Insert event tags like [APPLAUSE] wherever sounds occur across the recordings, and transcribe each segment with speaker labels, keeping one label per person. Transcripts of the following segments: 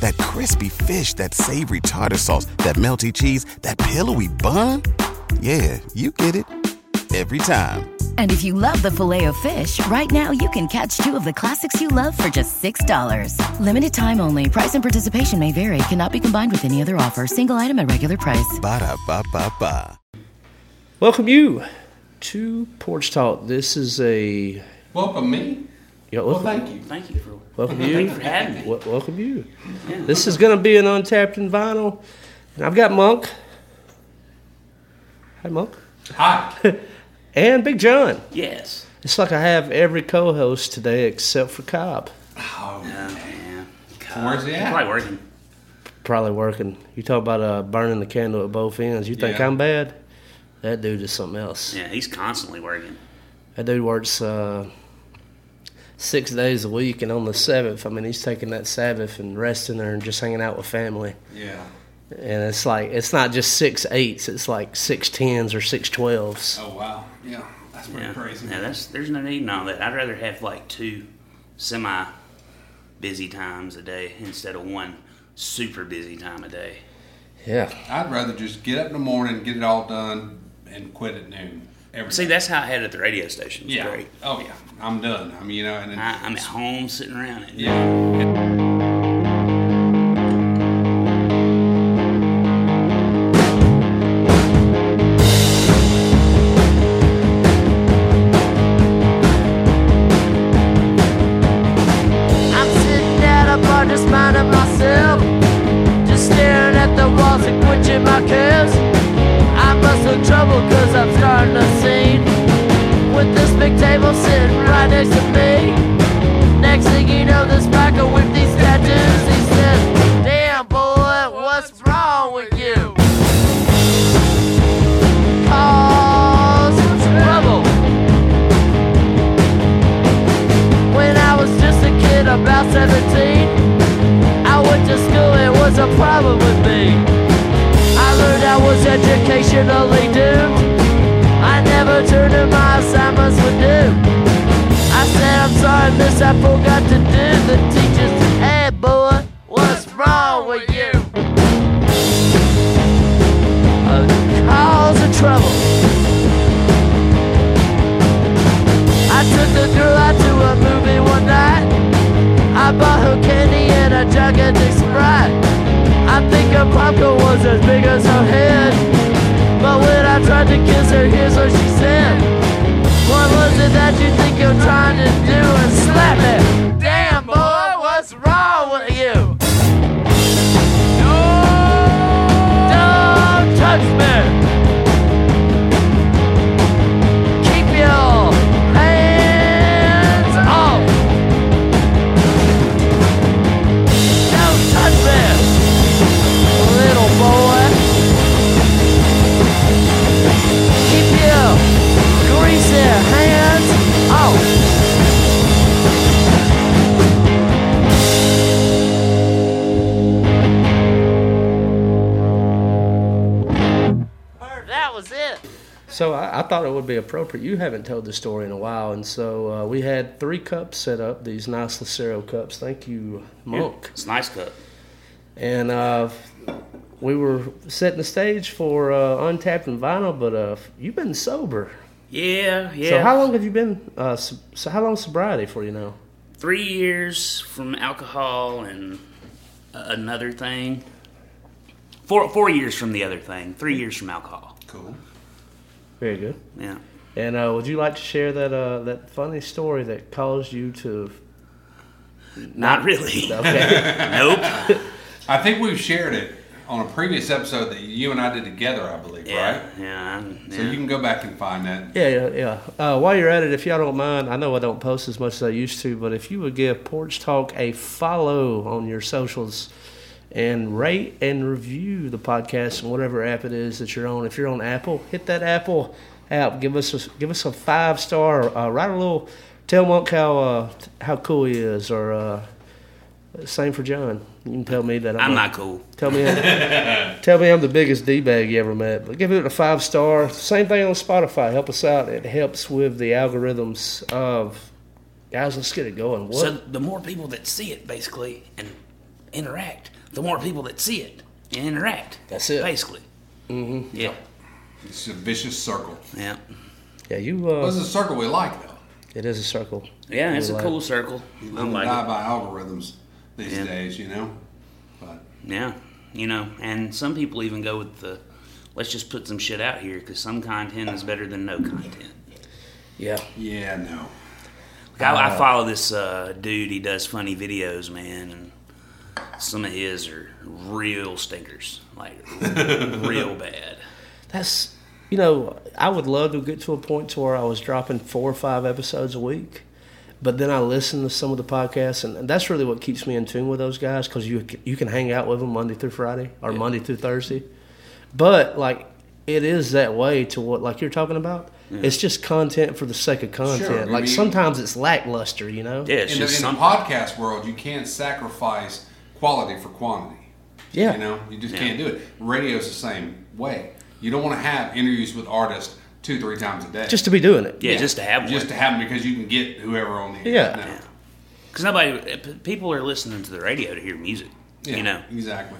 Speaker 1: That crispy fish, that savory tartar sauce, that melty cheese, that pillowy bun. Yeah, you get it. Every time.
Speaker 2: And if you love the filet of fish, right now you can catch two of the classics you love for just $6. Limited time only. Price and participation may vary. Cannot be combined with any other offer. Single item at regular price.
Speaker 1: Ba-da-ba-ba-ba.
Speaker 3: Welcome you to Porch Talk. This is a
Speaker 4: Welcome me.
Speaker 3: yeah,
Speaker 4: Well,
Speaker 3: welcome,
Speaker 4: thank you.
Speaker 5: Thank you for
Speaker 3: welcome
Speaker 5: thank
Speaker 3: you.
Speaker 5: you for having me.
Speaker 3: Wel- welcome you. This is going to be an untapped and vinyl, and I've got Monk. Hi, Monk.
Speaker 4: Hi.
Speaker 3: And Big John.
Speaker 5: Yes.
Speaker 3: It's like I have every co-host today except for Cobb.
Speaker 4: Oh,
Speaker 5: Man.
Speaker 4: where's he
Speaker 5: Probably
Speaker 4: at?
Speaker 5: working.
Speaker 3: Probably working. You talk about uh, burning the candle at both ends. You think
Speaker 4: Yeah.
Speaker 3: I'm bad? That dude is something else.
Speaker 5: Yeah, he's constantly working.
Speaker 3: That dude works uh, six days a week, and on the seventh, I mean, he's taking that Sabbath and resting there and just hanging out with family.
Speaker 4: [LAUGHS] Yeah.
Speaker 3: And it's like it's not just six eights; it's like six tens or six twelves.
Speaker 4: Oh wow. Yeah. That's pretty
Speaker 5: Yeah.
Speaker 4: crazy.
Speaker 5: Yeah, that's there's no need in all that. I'd rather have like two semi busy times a day instead of one super busy time a day.
Speaker 3: Yeah,
Speaker 4: I'd rather just get up in the morning, get it all done, and quit at noon. Every
Speaker 5: See,
Speaker 4: day.
Speaker 5: that's how I had it at the radio station. It's
Speaker 4: yeah.
Speaker 5: great.
Speaker 4: Oh yeah. I'm done. I'm you know and then,
Speaker 5: I, I'm at home sitting around it.
Speaker 4: yeah.
Speaker 6: I'm sitting at a bar just minding myself. Just staring at the walls and quenching my cares. I must look troubled cause I'm starting to scene. With this big table sitting right next to me. Next thing you know, this biker with these tattoos, he says, Damn boy, what's wrong with you? Cause trouble. When I was just a kid, about 17, I went to school, it was a problem with me. I learned I was educationally doomed. I never turned in my assignments were due. I said, I'm sorry, miss, I forgot to do. The teacher said, hey, boy, what's wrong with you? A cause of trouble. I took the girl out to a movie one night. I bought her candy and a gigantic sprite. I think her popcorn was as big as her head. But when I tried to kiss her, here's what she said. What was it that you think you're trying to do and slap me? Damn boy, what's wrong with you? Don't touch me! Keep your hands off. Don't touch me, little boy. Keep your greasy hands off. That was it.
Speaker 3: So I, I thought it would be appropriate. You haven't told the story in a while, and so uh, we had three cups set up. These nice Lucero cups. Thank you, Monk.
Speaker 5: It's a nice cup.
Speaker 3: and uh, we were setting the stage for uh, Untapped and Vinyl. But uh, you've been sober.
Speaker 5: Yeah, yeah.
Speaker 3: So how long have you been? Uh, so, so how long sobriety for you now?
Speaker 5: Three years from alcohol and a- another thing. Four four years from the other thing. Three years from alcohol.
Speaker 4: Cool.
Speaker 3: Very good.
Speaker 5: Yeah.
Speaker 3: And uh, would you like to share that uh, that funny story that caused you [LAUGHS] to?
Speaker 5: Not really.
Speaker 3: Okay.
Speaker 5: [LAUGHS] Nope.
Speaker 4: I think we've shared it on a previous episode that you and I did together, I believe,
Speaker 5: Yeah.
Speaker 4: right?
Speaker 5: Yeah. yeah.
Speaker 4: So you can go back and find that.
Speaker 3: yeah, yeah, yeah. Uh, while you're at it, if y'all don't mind, I know I don't post as much as I used to, but if you would give Porch Talk a follow on your socials and rate and review the podcast and whatever app it is that you're on. If you're on Apple, hit that Apple app. Give us a, give us a five star. Uh, write a little. Tell Monk how uh, how cool he is, or uh, same for John. You can tell me that I'm,
Speaker 5: I'm
Speaker 3: a-
Speaker 5: not cool.
Speaker 3: Tell me, tell me I'm the biggest d bag you ever met. But give it a five star. Same thing on Spotify. Help us out. It helps with the algorithms of guys. Let's get it going. What?
Speaker 5: So the more people that see it, basically, and interact, the more people that see it and interact.
Speaker 3: That's it.
Speaker 5: Basically. Mm-hmm. Yeah.
Speaker 4: It's a vicious circle.
Speaker 5: Yeah.
Speaker 3: yeah, you. Uh,
Speaker 4: Well, it's a circle we like though.
Speaker 3: it is a circle.
Speaker 5: Yeah, it's a
Speaker 3: like-
Speaker 5: cool circle. I
Speaker 4: I'm
Speaker 5: like
Speaker 4: die
Speaker 5: it.
Speaker 4: by algorithms these
Speaker 5: Yeah.
Speaker 4: days, you know. But
Speaker 5: Yeah. You know, and some people even go with the, let's just put some shit out here because some content is better than no content.
Speaker 3: Yeah.
Speaker 4: yeah, no.
Speaker 5: I, I follow this uh, dude. He does funny videos, man, and some of his are real stinkers, like real bad.
Speaker 3: That's you know I would love to get to a point to where I was dropping four or five episodes a week. But then I listen to some of the podcasts, and and that's really what keeps me in tune with those guys because you c- you can hang out with them Monday through Friday or Monday through Thursday. But like it is that way to what like you're talking about. It's just content for the sake of content.
Speaker 4: I
Speaker 3: like
Speaker 4: mean- sometimes
Speaker 3: sometimes it's lackluster, you know.
Speaker 5: Yeah, it's
Speaker 4: in the, in
Speaker 5: just
Speaker 4: the
Speaker 5: some.
Speaker 4: podcast world, you can't sacrifice quality for quantity.
Speaker 3: Yeah.
Speaker 4: You know, you just can't do it. Radio's the same way. You don't want to have interviews with artists two, three times a day.
Speaker 3: Just to be doing it.
Speaker 5: Yeah, just to have
Speaker 4: Just
Speaker 5: one.
Speaker 4: to have them because you can get whoever on the air.
Speaker 3: Yeah.
Speaker 4: No.
Speaker 3: Yeah.
Speaker 5: Because nobody, p- people are listening to the radio to hear music.
Speaker 4: Yeah,
Speaker 5: You know,
Speaker 4: Exactly.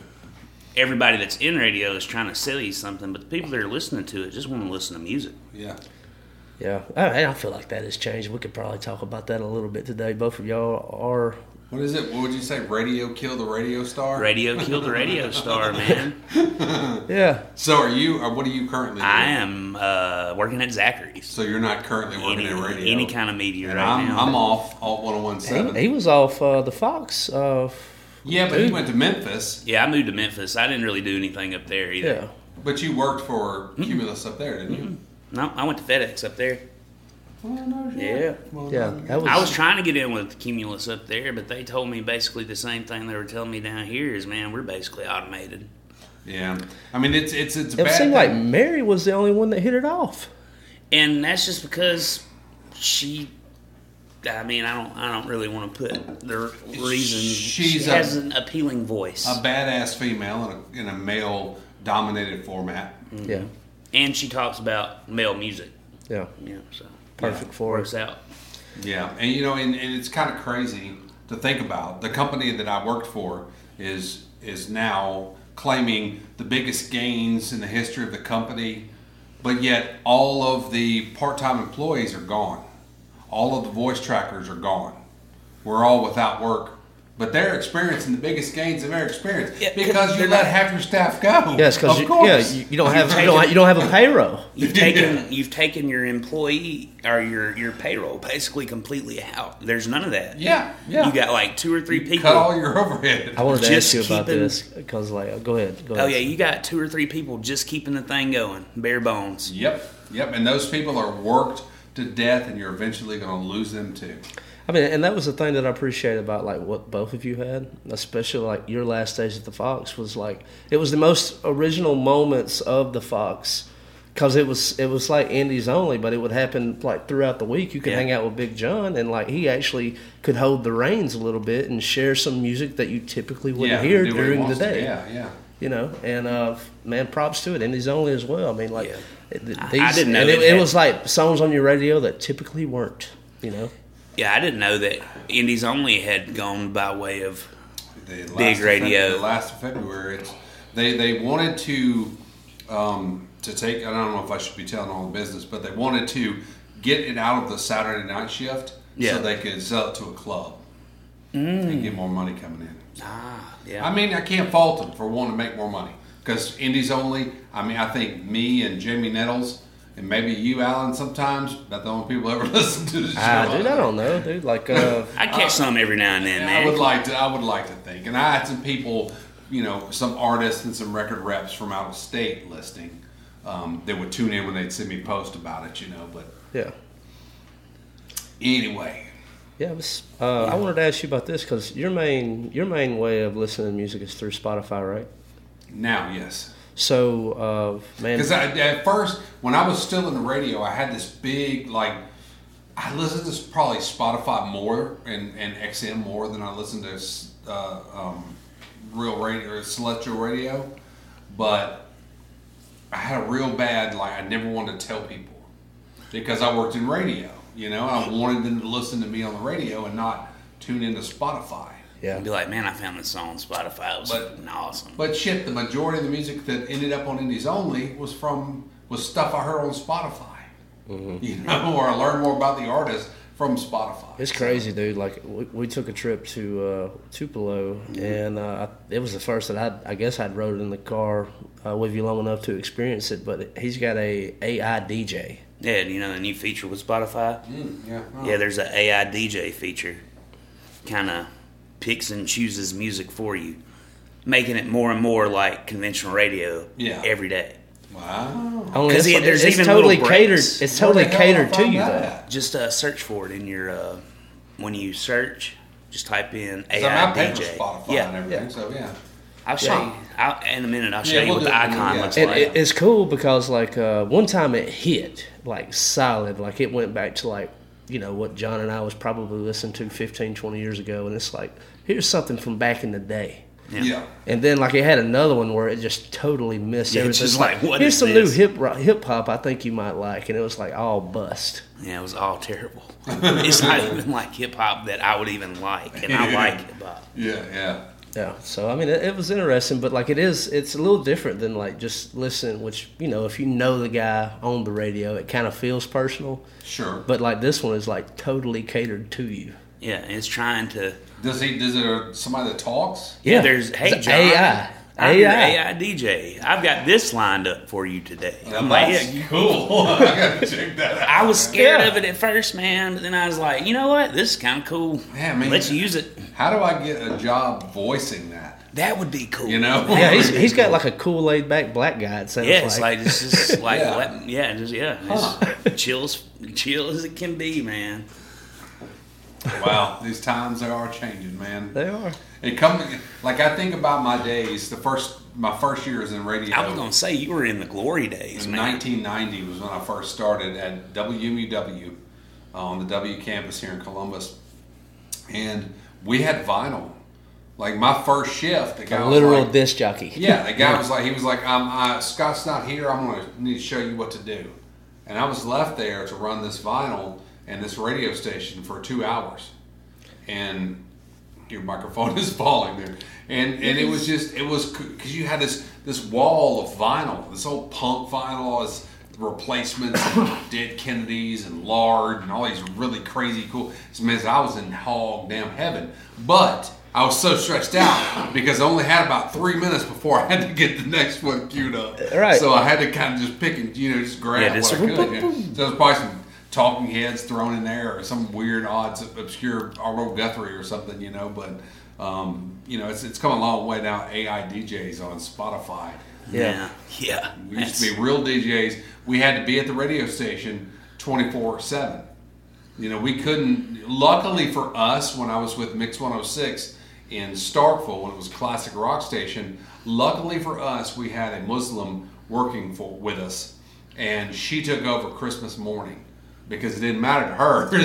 Speaker 5: everybody that's in radio is trying to sell you something, but the people that are listening to it just want to listen to music.
Speaker 4: Yeah.
Speaker 3: Yeah. I, I feel like that has changed. We could probably talk about that a little bit today. Both of y'all are
Speaker 4: What is it? What would you say? Radio kill the radio star?
Speaker 5: Radio killed
Speaker 4: [LAUGHS]
Speaker 5: the radio star, man.
Speaker 3: yeah.
Speaker 4: So are you, or what are you currently doing?
Speaker 5: I am uh, working at Zachary's.
Speaker 4: So you're not currently working
Speaker 5: Any,
Speaker 4: in radio?
Speaker 5: any kind of media
Speaker 4: And
Speaker 5: right
Speaker 4: I'm,
Speaker 5: now.
Speaker 4: I'm off, oh all 1017.
Speaker 3: He, he was off uh, the Fox. Uh,
Speaker 4: yeah, but he went to Memphis,
Speaker 5: Yeah, I moved to Memphis. I didn't really do anything up there either.
Speaker 3: yeah.
Speaker 4: but you worked for Cumulus up there, didn't you?
Speaker 5: No, I went to FedEx up there.
Speaker 4: Well, no shit.
Speaker 5: Yeah.
Speaker 4: Well,
Speaker 3: Yeah,
Speaker 4: no,
Speaker 3: that was-
Speaker 5: I was trying to get in with Cumulus up there, but they told me basically the same thing they were telling me down here is, man, we're basically automated.
Speaker 4: Yeah, I mean it's it's it's a
Speaker 3: It
Speaker 4: bad.
Speaker 3: seemed like
Speaker 4: thing.
Speaker 3: Mary was the only one that hit it off.
Speaker 5: And that's just because she I mean, I don't I don't really want to put the reasons
Speaker 4: She's
Speaker 5: she
Speaker 4: a-
Speaker 5: has an appealing voice.
Speaker 4: a badass female in a, in a male dominated format.
Speaker 3: Yeah,
Speaker 5: and she talks about male music.
Speaker 3: yeah,
Speaker 5: Yeah, so
Speaker 3: perfect for
Speaker 5: works
Speaker 3: us.
Speaker 4: [LAUGHS]
Speaker 5: out.
Speaker 4: Yeah, and you know, and, and it's kind of crazy to think about. The company that I worked for is is now claiming the biggest gains in the history of the company, but yet all of the part time employees are gone. All of the voice trackers are gone. We're all without work. But they're experiencing the biggest gains they've ever experienced
Speaker 5: Yeah, 'cause
Speaker 4: because you
Speaker 5: they're
Speaker 4: let
Speaker 5: not-
Speaker 4: half your staff go.
Speaker 3: Yes, because you,
Speaker 4: Of
Speaker 3: yeah,
Speaker 4: course.
Speaker 3: you, you don't have you don't, you don't have a payroll.
Speaker 5: You've taken you've taken your employee or your your payroll basically completely out. There's none of that.
Speaker 4: Yeah, yeah.
Speaker 5: You got like two or three people.
Speaker 4: cut all your overhead.
Speaker 3: I wanted to
Speaker 5: Just
Speaker 3: ask you about
Speaker 5: keeping-
Speaker 3: this because like, oh, go ahead, go ahead.
Speaker 5: oh yeah, you got two or three people just keeping the thing going, bare bones.
Speaker 4: Yep, yep. And those people are worked to death, and you're eventually going to lose them too.
Speaker 3: I mean, and that was the thing that I appreciate about like what both of you had, especially like your last days at the Fox was like it was the most original moments of the Fox because it was it was like indies only, but it would happen like throughout the week. You could
Speaker 5: Yeah.
Speaker 3: hang out with Big John, and like he actually could hold the reins a little bit and share some music that you typically wouldn't
Speaker 4: yeah,
Speaker 3: hear
Speaker 4: do what he
Speaker 3: during the
Speaker 4: wants to.
Speaker 3: day.
Speaker 4: Yeah, yeah.
Speaker 3: You know, and uh, man, props to it. Indies only as well. I mean, like
Speaker 5: Yeah.
Speaker 3: it- th-
Speaker 5: I-
Speaker 3: these,
Speaker 5: I didn't know
Speaker 3: and
Speaker 5: it
Speaker 3: it, it
Speaker 5: had-
Speaker 3: was like songs on your radio that typically weren't. You know.
Speaker 5: Yeah, I didn't know that Indies Only had gone by way of
Speaker 4: The last
Speaker 5: Big
Speaker 4: of
Speaker 5: radio.
Speaker 4: Feb- the last of February, it's, they they wanted to um, to take. I don't know if I should be telling all the business, but they wanted to get it out of the Saturday night shift
Speaker 5: Yeah.
Speaker 4: so they could sell it to a club and
Speaker 3: Mm.
Speaker 4: get more money coming in.
Speaker 3: Ah,
Speaker 5: yeah.
Speaker 4: I mean, I can't fault them for wanting to make more money because indies only. I mean, I think me and Jamie Nettles and maybe you, Alan, sometimes about the only people who ever [LAUGHS] listen to the show.
Speaker 3: Ah, dude, I don't know, dude. Like, uh,
Speaker 5: I catch some every now and then,
Speaker 4: I
Speaker 5: man.
Speaker 4: would like to. I would like to think, and I had some people, you know, some artists and some record reps from out of state listing. Um, they would tune in when they'd see me post about it, you know. But
Speaker 3: yeah.
Speaker 4: anyway,
Speaker 3: Yeah, this, uh, I wanted to ask you about this because your main your main way of listening to music is through Spotify, right?
Speaker 4: Now, yes.
Speaker 3: So, uh, man,
Speaker 4: Because at first, when I was still in the radio, I had this big like. I listened to s- probably Spotify more and, and XM more than I listened to s- uh, um, real radio or celestial radio, but I had a real bad like I never wanted to tell people because I worked in radio. You know, I wanted them to listen to me on the radio and not tune into Spotify.
Speaker 3: yeah,
Speaker 5: I'd be like, man, I found this song on Spotify. It was
Speaker 4: But-
Speaker 5: fucking awesome.
Speaker 4: But shit, the majority of the music that ended up on Indies Only was from was stuff I heard on Spotify.
Speaker 3: Mm-hmm.
Speaker 4: You know, [LAUGHS] or I learned more about the artist from Spotify.
Speaker 3: It's crazy, dude. Like we, we took a trip to uh, Tupelo, and uh, it was the first that I, I guess I'd rode in the car uh, with you long enough to experience it. But he's got a AI DJ.
Speaker 5: Yeah, and you know the new feature with Spotify?
Speaker 4: Mm, Yeah.
Speaker 5: Yeah, there's a AI DJ feature. Kind of picks and chooses music for you, making it more and more like conventional radio
Speaker 4: Yeah.
Speaker 5: every day.
Speaker 4: Wow.
Speaker 3: Only
Speaker 5: 'Cause
Speaker 3: it's,
Speaker 5: he- there's
Speaker 3: it's
Speaker 5: even
Speaker 3: totally
Speaker 5: little
Speaker 3: catered.
Speaker 5: breaks.
Speaker 3: It's totally
Speaker 4: Where the hell
Speaker 3: catered
Speaker 4: I
Speaker 3: to
Speaker 4: found
Speaker 3: you,
Speaker 4: that
Speaker 3: though.
Speaker 4: at?
Speaker 5: Just uh, search for it in your, uh, when you search, just type in AI
Speaker 4: 'Cause I mean, I pay for
Speaker 5: DJ.
Speaker 4: Spotify
Speaker 5: yeah,
Speaker 4: and everything, so yeah.
Speaker 5: I'll show you. I'll, in a minute, I'll show
Speaker 4: Yeah,
Speaker 5: you
Speaker 4: we'll
Speaker 5: what
Speaker 4: do
Speaker 5: the
Speaker 4: it in a minute,
Speaker 5: icon
Speaker 4: yeah.
Speaker 5: looks
Speaker 3: It,
Speaker 5: like.
Speaker 3: it, it's cool because like uh, one time it hit like solid, like it went back to like you know what John and I was probably listening to 15, 20 years ago, and it's like here's something from back in the day.
Speaker 4: Yeah.
Speaker 3: And then like it had another one where it just totally missed
Speaker 5: Yeah, it's
Speaker 3: everything.
Speaker 5: just like, what
Speaker 3: here's
Speaker 5: is
Speaker 3: some
Speaker 5: this?
Speaker 3: new hip hip hop I think you might like, and it was like all bust.
Speaker 5: Yeah, it was all terrible. [LAUGHS] it's not even like hip hop that I would even like, and I
Speaker 4: Yeah.
Speaker 5: [LAUGHS] like hip hop.
Speaker 4: Yeah, yeah.
Speaker 3: Yeah. So I mean, it, it was interesting, but like it is, it's a little different than like just listening. Which you know, if you know the guy on the radio, it kind of feels personal.
Speaker 4: Sure.
Speaker 3: But like this one is like totally catered to you.
Speaker 5: Yeah, and it's trying to.
Speaker 4: does he does it uh, somebody that talks?
Speaker 5: Yeah, there's hey
Speaker 3: It's
Speaker 5: John,
Speaker 3: AI.
Speaker 5: I'm your
Speaker 3: AI.
Speaker 5: AI DJ. I've got this lined up for you today. I'm like,
Speaker 4: That's
Speaker 5: yeah, you-
Speaker 4: cool. [LAUGHS] I gotta check that out.
Speaker 5: I was scared
Speaker 3: Yeah.
Speaker 5: of it at first, man, but then I was like, you know what? This is kind of cool.
Speaker 4: Yeah, man.
Speaker 5: Let's use it.
Speaker 4: How do I get a job voicing that?
Speaker 5: That would be cool.
Speaker 4: You know?
Speaker 3: Yeah, he's, he's got like a cool laid back black guy. It sounds
Speaker 5: Yeah, it's
Speaker 3: like.
Speaker 5: like it's just
Speaker 4: [LAUGHS]
Speaker 5: like
Speaker 4: Yeah.
Speaker 5: yeah, yeah just yeah, it's chill as chill as it can be, man.
Speaker 4: [LAUGHS] wow, these times they are changing, man.
Speaker 3: they are.
Speaker 4: It come like I think about my days. The first my first years in radio.
Speaker 5: I was gonna say you were in the glory days,
Speaker 4: in
Speaker 5: man.
Speaker 4: 1990 was when I first started at WMUW uh, on the W campus here in Columbus, and we had vinyl. Like my first shift, the guy
Speaker 3: A
Speaker 4: was
Speaker 3: literal
Speaker 4: like-
Speaker 3: disc jockey.
Speaker 4: yeah, the guy was like, he was like, I'm, I, Scott's not here. I'm gonna need to show you what to do. And I was left there to run this vinyl and this radio station for two hours. And your microphone [LAUGHS] is falling there. And and it was just it was because you had this this wall of vinyl, this old punk vinyl, all this replacements, and [COUGHS] Dead Kennedys and Lard and all these really crazy cool. It's man, I was in hog damn heaven, but. I was so stressed out because I only had about three minutes before I had to get the next one queued up.
Speaker 3: Right.
Speaker 4: So I had to kind of just pick and you know just grab
Speaker 5: Yeah, just-
Speaker 4: what I could. yeah. So there's probably some talking heads thrown in there or some weird odds obscure Arlo Guthrie or something, you know, but um, you know, it's it's come a long way now. AI DJs on Spotify.
Speaker 5: Yeah, yeah.
Speaker 4: We used to be real DJs. We had to be at the radio station twenty four seven. You know, we couldn't. Luckily for us, when I was with Mix 106 in Starkville, when it was classic rock station, luckily for us, we had a Muslim working for with us, and she took over Christmas morning because it didn't matter to her.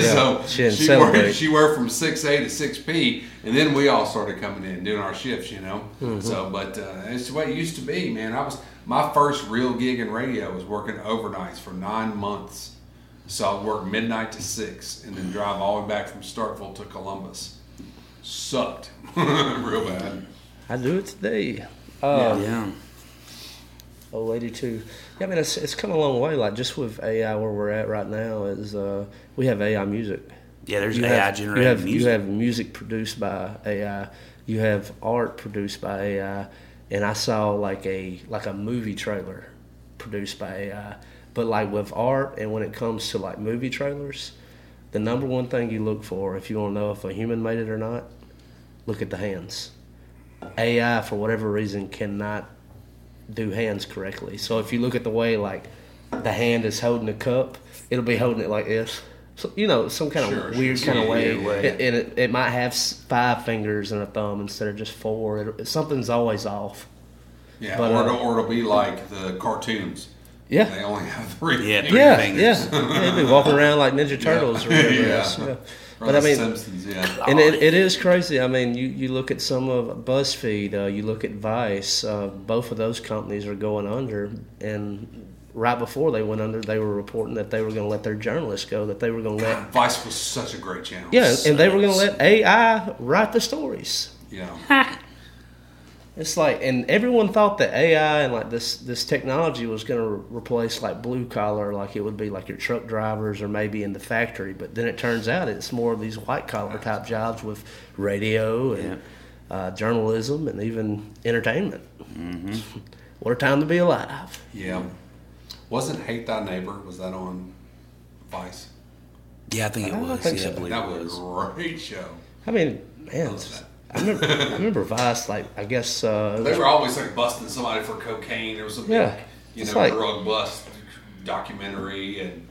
Speaker 3: [LAUGHS]
Speaker 4: so
Speaker 3: she didn't
Speaker 4: worked,
Speaker 3: celebrate.
Speaker 4: she worked from 6A to 6P, and then we all started coming in doing our shifts, you know.
Speaker 3: Mm-hmm.
Speaker 4: So, but uh, it's the way it used to be, man. I was my first real gig in radio was working overnights for nine months. So I would work midnight to six, and then drive all the way back from Starkville to Columbus. Sucked, [LAUGHS] real bad.
Speaker 3: I do it today.
Speaker 5: yeah.
Speaker 3: old lady too. Yeah, I mean, it's, it's come a long way. Like just with AI, where we're at right now is uh, we have AI music.
Speaker 5: Yeah, there's
Speaker 3: You
Speaker 5: AI
Speaker 3: have-
Speaker 5: generated
Speaker 3: you have,
Speaker 5: music.
Speaker 3: You have music produced by AI. You have art produced by AI. And I saw like a like a movie trailer produced by AI. But like with art, and when it comes to like movie trailers, the number one thing you look for if you want to know if a human made it or not, look at the hands. AI for whatever reason cannot do hands correctly. So if you look at the way like the hand is holding the cup, it'll be holding it like this. so, you know, some kind
Speaker 4: Sure,
Speaker 3: of
Speaker 4: sure.
Speaker 3: weird kind
Speaker 4: Yeah,
Speaker 3: of way.
Speaker 4: yeah,
Speaker 3: It- And it, it might have s- five fingers and a thumb instead of just four. It, something's always off.
Speaker 4: Yeah,
Speaker 3: But,
Speaker 4: or,
Speaker 3: uh,
Speaker 4: it'll, or it'll be like the cartoons.
Speaker 3: Yeah.
Speaker 4: They only have [LAUGHS] three.
Speaker 5: Yeah,
Speaker 4: fingers.
Speaker 5: three
Speaker 3: Yeah,
Speaker 5: fingers.
Speaker 3: yeah. They'd be walking around like Ninja
Speaker 4: [LAUGHS]
Speaker 3: Turtles or whatever
Speaker 4: Yeah.
Speaker 3: else. Yeah.
Speaker 4: Or
Speaker 3: But
Speaker 4: the
Speaker 3: I mean,
Speaker 4: Simpsons, yeah.
Speaker 3: and it, it is crazy. I mean, you, you look at some of BuzzFeed, uh, you look at Vice, uh, both of those companies are going under. And right before they went under, they were reporting that they were going to let their journalists go, that they were going to let.
Speaker 4: Vice was such a great channel.
Speaker 3: Yeah, and they were going to let AI write the stories.
Speaker 4: Yeah.
Speaker 3: It's like, and everyone thought that AI and like this this technology was going to re- replace like blue collar, like it would be like your truck drivers or maybe in the factory. But then it turns out it's more of these white collar type jobs with radio and uh, journalism and even entertainment.
Speaker 4: Mm-hmm.
Speaker 3: [LAUGHS] What a time to be alive!
Speaker 4: Yeah. Wasn't Hate Thy Neighbor, was that on Vice?
Speaker 5: Yeah, I think it
Speaker 3: don't
Speaker 5: was.
Speaker 3: think
Speaker 5: yeah,
Speaker 3: so.
Speaker 5: I believe
Speaker 4: That
Speaker 5: it
Speaker 4: was
Speaker 5: was.
Speaker 4: a great show.
Speaker 3: I mean, man, it's- I remember, I remember Vice. Like, I guess uh, it was
Speaker 4: They were always like busting somebody for cocaine. There was a big,
Speaker 3: Yeah.
Speaker 4: you
Speaker 3: It's
Speaker 4: know,
Speaker 3: like-
Speaker 4: drug bust documentary and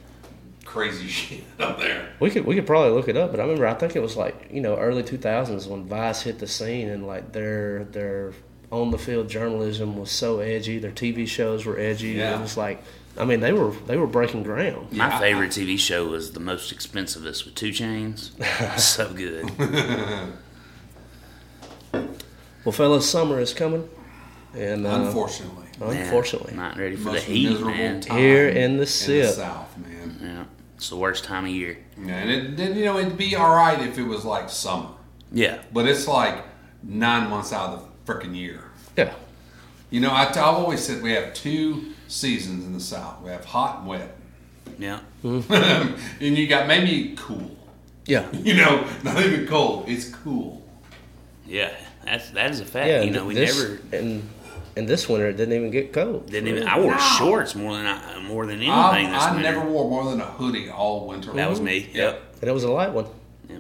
Speaker 4: crazy [LAUGHS] shit up there.
Speaker 3: We could we could probably look it up, but I remember I think it was like you know early two thousands when Vice hit the scene and like their their on the field journalism was so edgy, their TV shows were edgy.
Speaker 4: Yeah.
Speaker 3: It was like, I mean, they were they were breaking ground.
Speaker 5: My favorite TV show was the most expensivest with two chains.
Speaker 3: [LAUGHS]
Speaker 5: so good.
Speaker 3: Well, fellas, summer is coming, and uh,
Speaker 4: Unfortunately.
Speaker 5: Man,
Speaker 3: unfortunately,
Speaker 5: not ready for the
Speaker 4: Most
Speaker 5: heat,
Speaker 4: miserable
Speaker 5: man.
Speaker 4: time
Speaker 3: Here in the
Speaker 4: In the
Speaker 3: sip.
Speaker 4: South, man.
Speaker 5: Yeah, it's the worst time of year.
Speaker 4: Yeah, and it, then, you know, it'd be all right if it was like summer,
Speaker 5: Yeah,
Speaker 4: but it's like nine months out of the freaking year.
Speaker 3: yeah,
Speaker 4: You know, I, have always said we have two seasons in the South. We have hot and wet,
Speaker 5: yeah.
Speaker 4: and you got maybe cool. [LAUGHS]
Speaker 3: yeah.
Speaker 4: You know, not even cold. It's cool.
Speaker 5: Yeah, that's that is a fact.
Speaker 3: Yeah,
Speaker 5: you know, we
Speaker 3: this-
Speaker 5: never
Speaker 3: and and this winter it didn't even get cold.
Speaker 5: didn't even. I wore shorts more than I, more than anything
Speaker 4: I,
Speaker 5: this
Speaker 4: I
Speaker 5: winter.
Speaker 4: never wore more than a hoodie all winter.
Speaker 5: that was me. Yep.
Speaker 3: and it was a light one.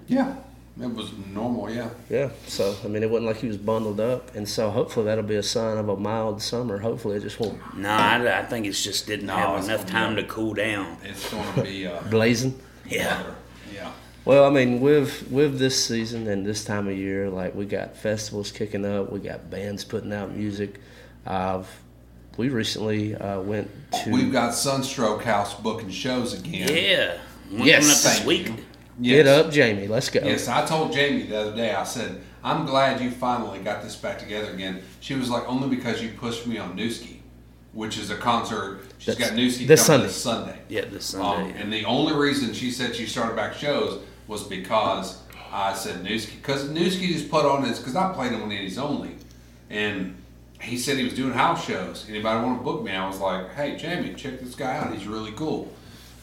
Speaker 4: Yeah, it was normal. Yeah,
Speaker 3: Yeah, so I mean, it wasn't like he was bundled up, and so hopefully that'll be a sign of a mild summer. Hopefully, it just won't
Speaker 5: No, I, I think it's just didn't have
Speaker 4: it's
Speaker 5: enough time to cool down.
Speaker 4: it's going to be. Uh,
Speaker 3: blazing.
Speaker 5: [LAUGHS] Yeah.
Speaker 4: weather. yeah.
Speaker 3: Well, I mean, with with this season and this time of year, like we got festivals kicking up, we got bands putting out music. I've we recently uh, went to
Speaker 4: We've got Sunstroke House booking shows again.
Speaker 5: Yeah. One
Speaker 3: Yes.
Speaker 5: coming up this
Speaker 4: Thank
Speaker 5: week.
Speaker 4: you.
Speaker 3: get
Speaker 4: Yes.
Speaker 3: up, Jamie. Let's go.
Speaker 4: Yes, I told Jamie the other day. I said, "I'm glad you finally got this back together again." She was like, "Only because you pushed me on Newski, which is a concert. She's
Speaker 3: That's-
Speaker 4: got Newski
Speaker 3: this
Speaker 4: coming this Sunday.
Speaker 5: Yeah, this
Speaker 4: Um,
Speaker 5: Sunday.
Speaker 4: and the only reason she said she started back shows was because I said Newski, because Newski just put on his, because I played him on Indies Only, and he said he was doing house shows. Anybody want to book me? I was like, "Hey, Jamie, check this guy out. He's really cool."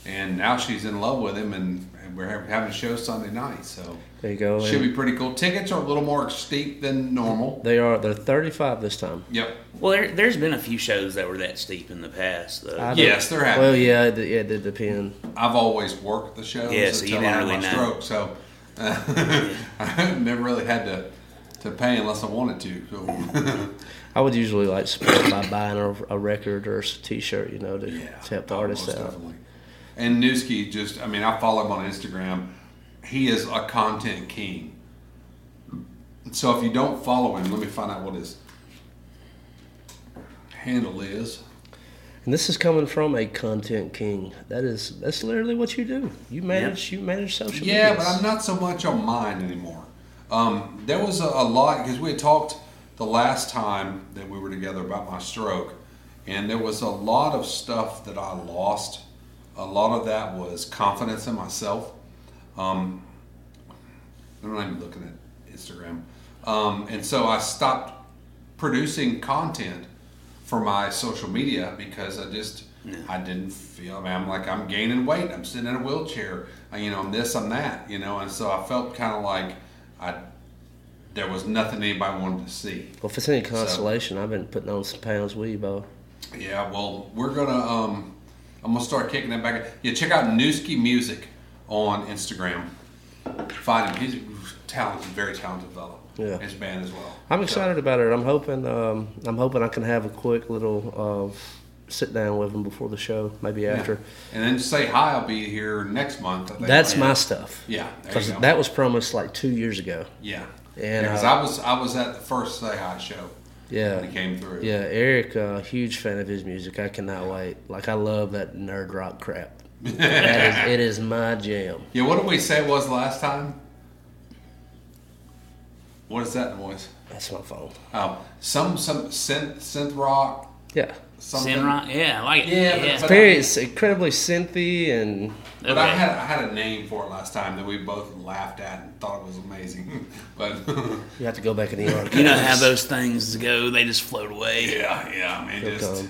Speaker 4: And now she's in love with him, and, and we're hav- having a show Sunday night. So
Speaker 3: There you go.
Speaker 4: should
Speaker 3: and
Speaker 4: be pretty cool. Tickets are a little more steep than normal.
Speaker 3: They are they're 35 this time.
Speaker 4: Yep.
Speaker 5: well, there, there's been a few shows that were that steep in the past, though.
Speaker 3: I don't-
Speaker 4: Yes, they're happening.
Speaker 3: Well, yeah, it, yeah, it did depend.
Speaker 4: I've always worked the shows
Speaker 5: Yeah, so you
Speaker 4: until I
Speaker 5: didn't
Speaker 4: had my
Speaker 5: really know.
Speaker 4: stroke,
Speaker 5: [LAUGHS]
Speaker 4: so [LAUGHS] uh, I never really had to to pay unless I wanted to. So.
Speaker 3: I would usually like support by buying a, a record or a t-shirt, you know, to, to help the
Speaker 4: oh,
Speaker 3: artist
Speaker 4: most
Speaker 3: out.
Speaker 4: definitely. And Newski just, I mean, I follow him on Instagram. He is a content king. So if you don't follow him, let me find out what his handle is.
Speaker 3: And this is coming from a content king. That is that's literally what you do. You manage you manage social media.
Speaker 4: Yeah, but I'm not so much on mine anymore. Um, there was a, a lot because we had talked the last time that we were together about my stroke, and there was a lot of stuff that I lost. A lot of that was confidence in myself. Um, I'm not even looking at Instagram, um, and so I stopped producing content for my social media because I just I didn't feel. I mean, I'm like I'm gaining weight. I'm sitting in a wheelchair. I, you know, I'm this, I'm that. You know, and so I felt kind of like I there was nothing anybody wanted to see.
Speaker 3: Well, if it's any consolation, I've been putting on some pounds weeb. uh,
Speaker 4: Yeah, well, we're gonna. Um, I'm gonna start kicking that back. Yeah, check out Newski Music on Instagram. Find him. He's a talented, very talented fellow.
Speaker 3: Yeah.
Speaker 4: his band as well.
Speaker 3: I'm excited about it. I'm hoping um, I'm hoping I can have a quick little uh, sit down with them before the show, maybe after.
Speaker 4: And then say hi. I'll be here next month. I think.
Speaker 3: That's my stuff.
Speaker 4: Yeah, there
Speaker 3: because
Speaker 4: you go.
Speaker 3: that was promised like two years ago.
Speaker 4: yeah.
Speaker 3: And,
Speaker 4: because
Speaker 3: uh,
Speaker 4: I was I was at the first say hi show
Speaker 3: Yeah,
Speaker 4: when he came through.
Speaker 3: yeah. Eric, uh, huge fan of his music. I cannot wait. Like I love that nerd rock crap. that is, it is my jam.
Speaker 4: Yeah. What did we say it was last time? What is that noise?
Speaker 3: That's my phone.
Speaker 4: Oh, some some synth synth rock.
Speaker 3: Yeah,
Speaker 4: Something.
Speaker 5: Sinrock? Yeah, I like it.
Speaker 4: Yeah, but- uh,
Speaker 5: yeah.
Speaker 4: but-
Speaker 3: very it's incredibly synthy and
Speaker 4: But I
Speaker 5: Okay.
Speaker 4: had I had a name for it last time that we both laughed at and thought it was amazing. [LAUGHS] but
Speaker 3: you have to go
Speaker 5: [LAUGHS]
Speaker 3: back in the archives.
Speaker 5: you know how those things go, they just float away.
Speaker 4: yeah, yeah, I mean, just
Speaker 3: Okay.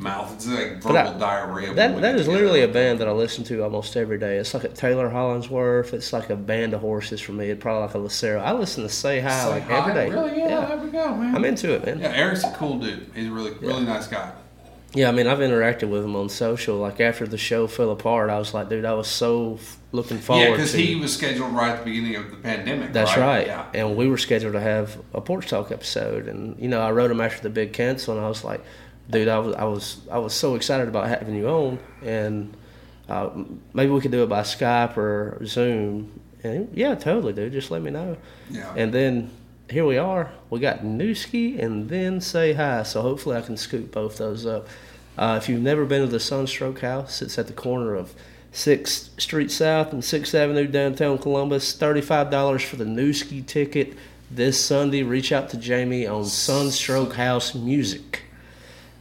Speaker 4: mouth. It's like
Speaker 3: um, I-
Speaker 4: verbal diarrhea. when
Speaker 3: That,
Speaker 4: we
Speaker 3: that
Speaker 4: get
Speaker 3: is literally a
Speaker 4: together.
Speaker 3: band that I listen to almost every day. It's like a Taylor Hollinsworth. It's like a band of horses for me. It's probably like a Lucero. I listen to Say Hi
Speaker 4: Say
Speaker 3: like
Speaker 4: hi,
Speaker 3: every day.
Speaker 4: Really? Yeah, There we go, man.
Speaker 3: I'm into it, man.
Speaker 4: Yeah, Eric's a cool dude. He's a really really nice guy.
Speaker 3: Yeah, I mean, I've interacted with him on social. Like after the show fell apart, I was like, dude, I was so f- looking forward.
Speaker 4: yeah, because
Speaker 3: to
Speaker 4: he was scheduled right at the beginning of the pandemic.
Speaker 3: That's right.
Speaker 4: Yeah.
Speaker 3: And we were scheduled to have a porch talk episode, and you know, I wrote him after the big cancel, and I was like, dude, I was I was I was so excited about having you on, and uh, maybe we could do it by Skype or Zoom. And he- yeah, totally, dude. Just let me know.
Speaker 4: Yeah.
Speaker 3: And then here we are. We got Newski and then Say Hi. So hopefully I can scoop both those up. Uh, if you've never been to the Sunstroke House, it's at the corner of 6th Street South and 6th Avenue, downtown Columbus. $35 for the Newski ticket this Sunday. Reach out to Jamie on Sunstroke House Music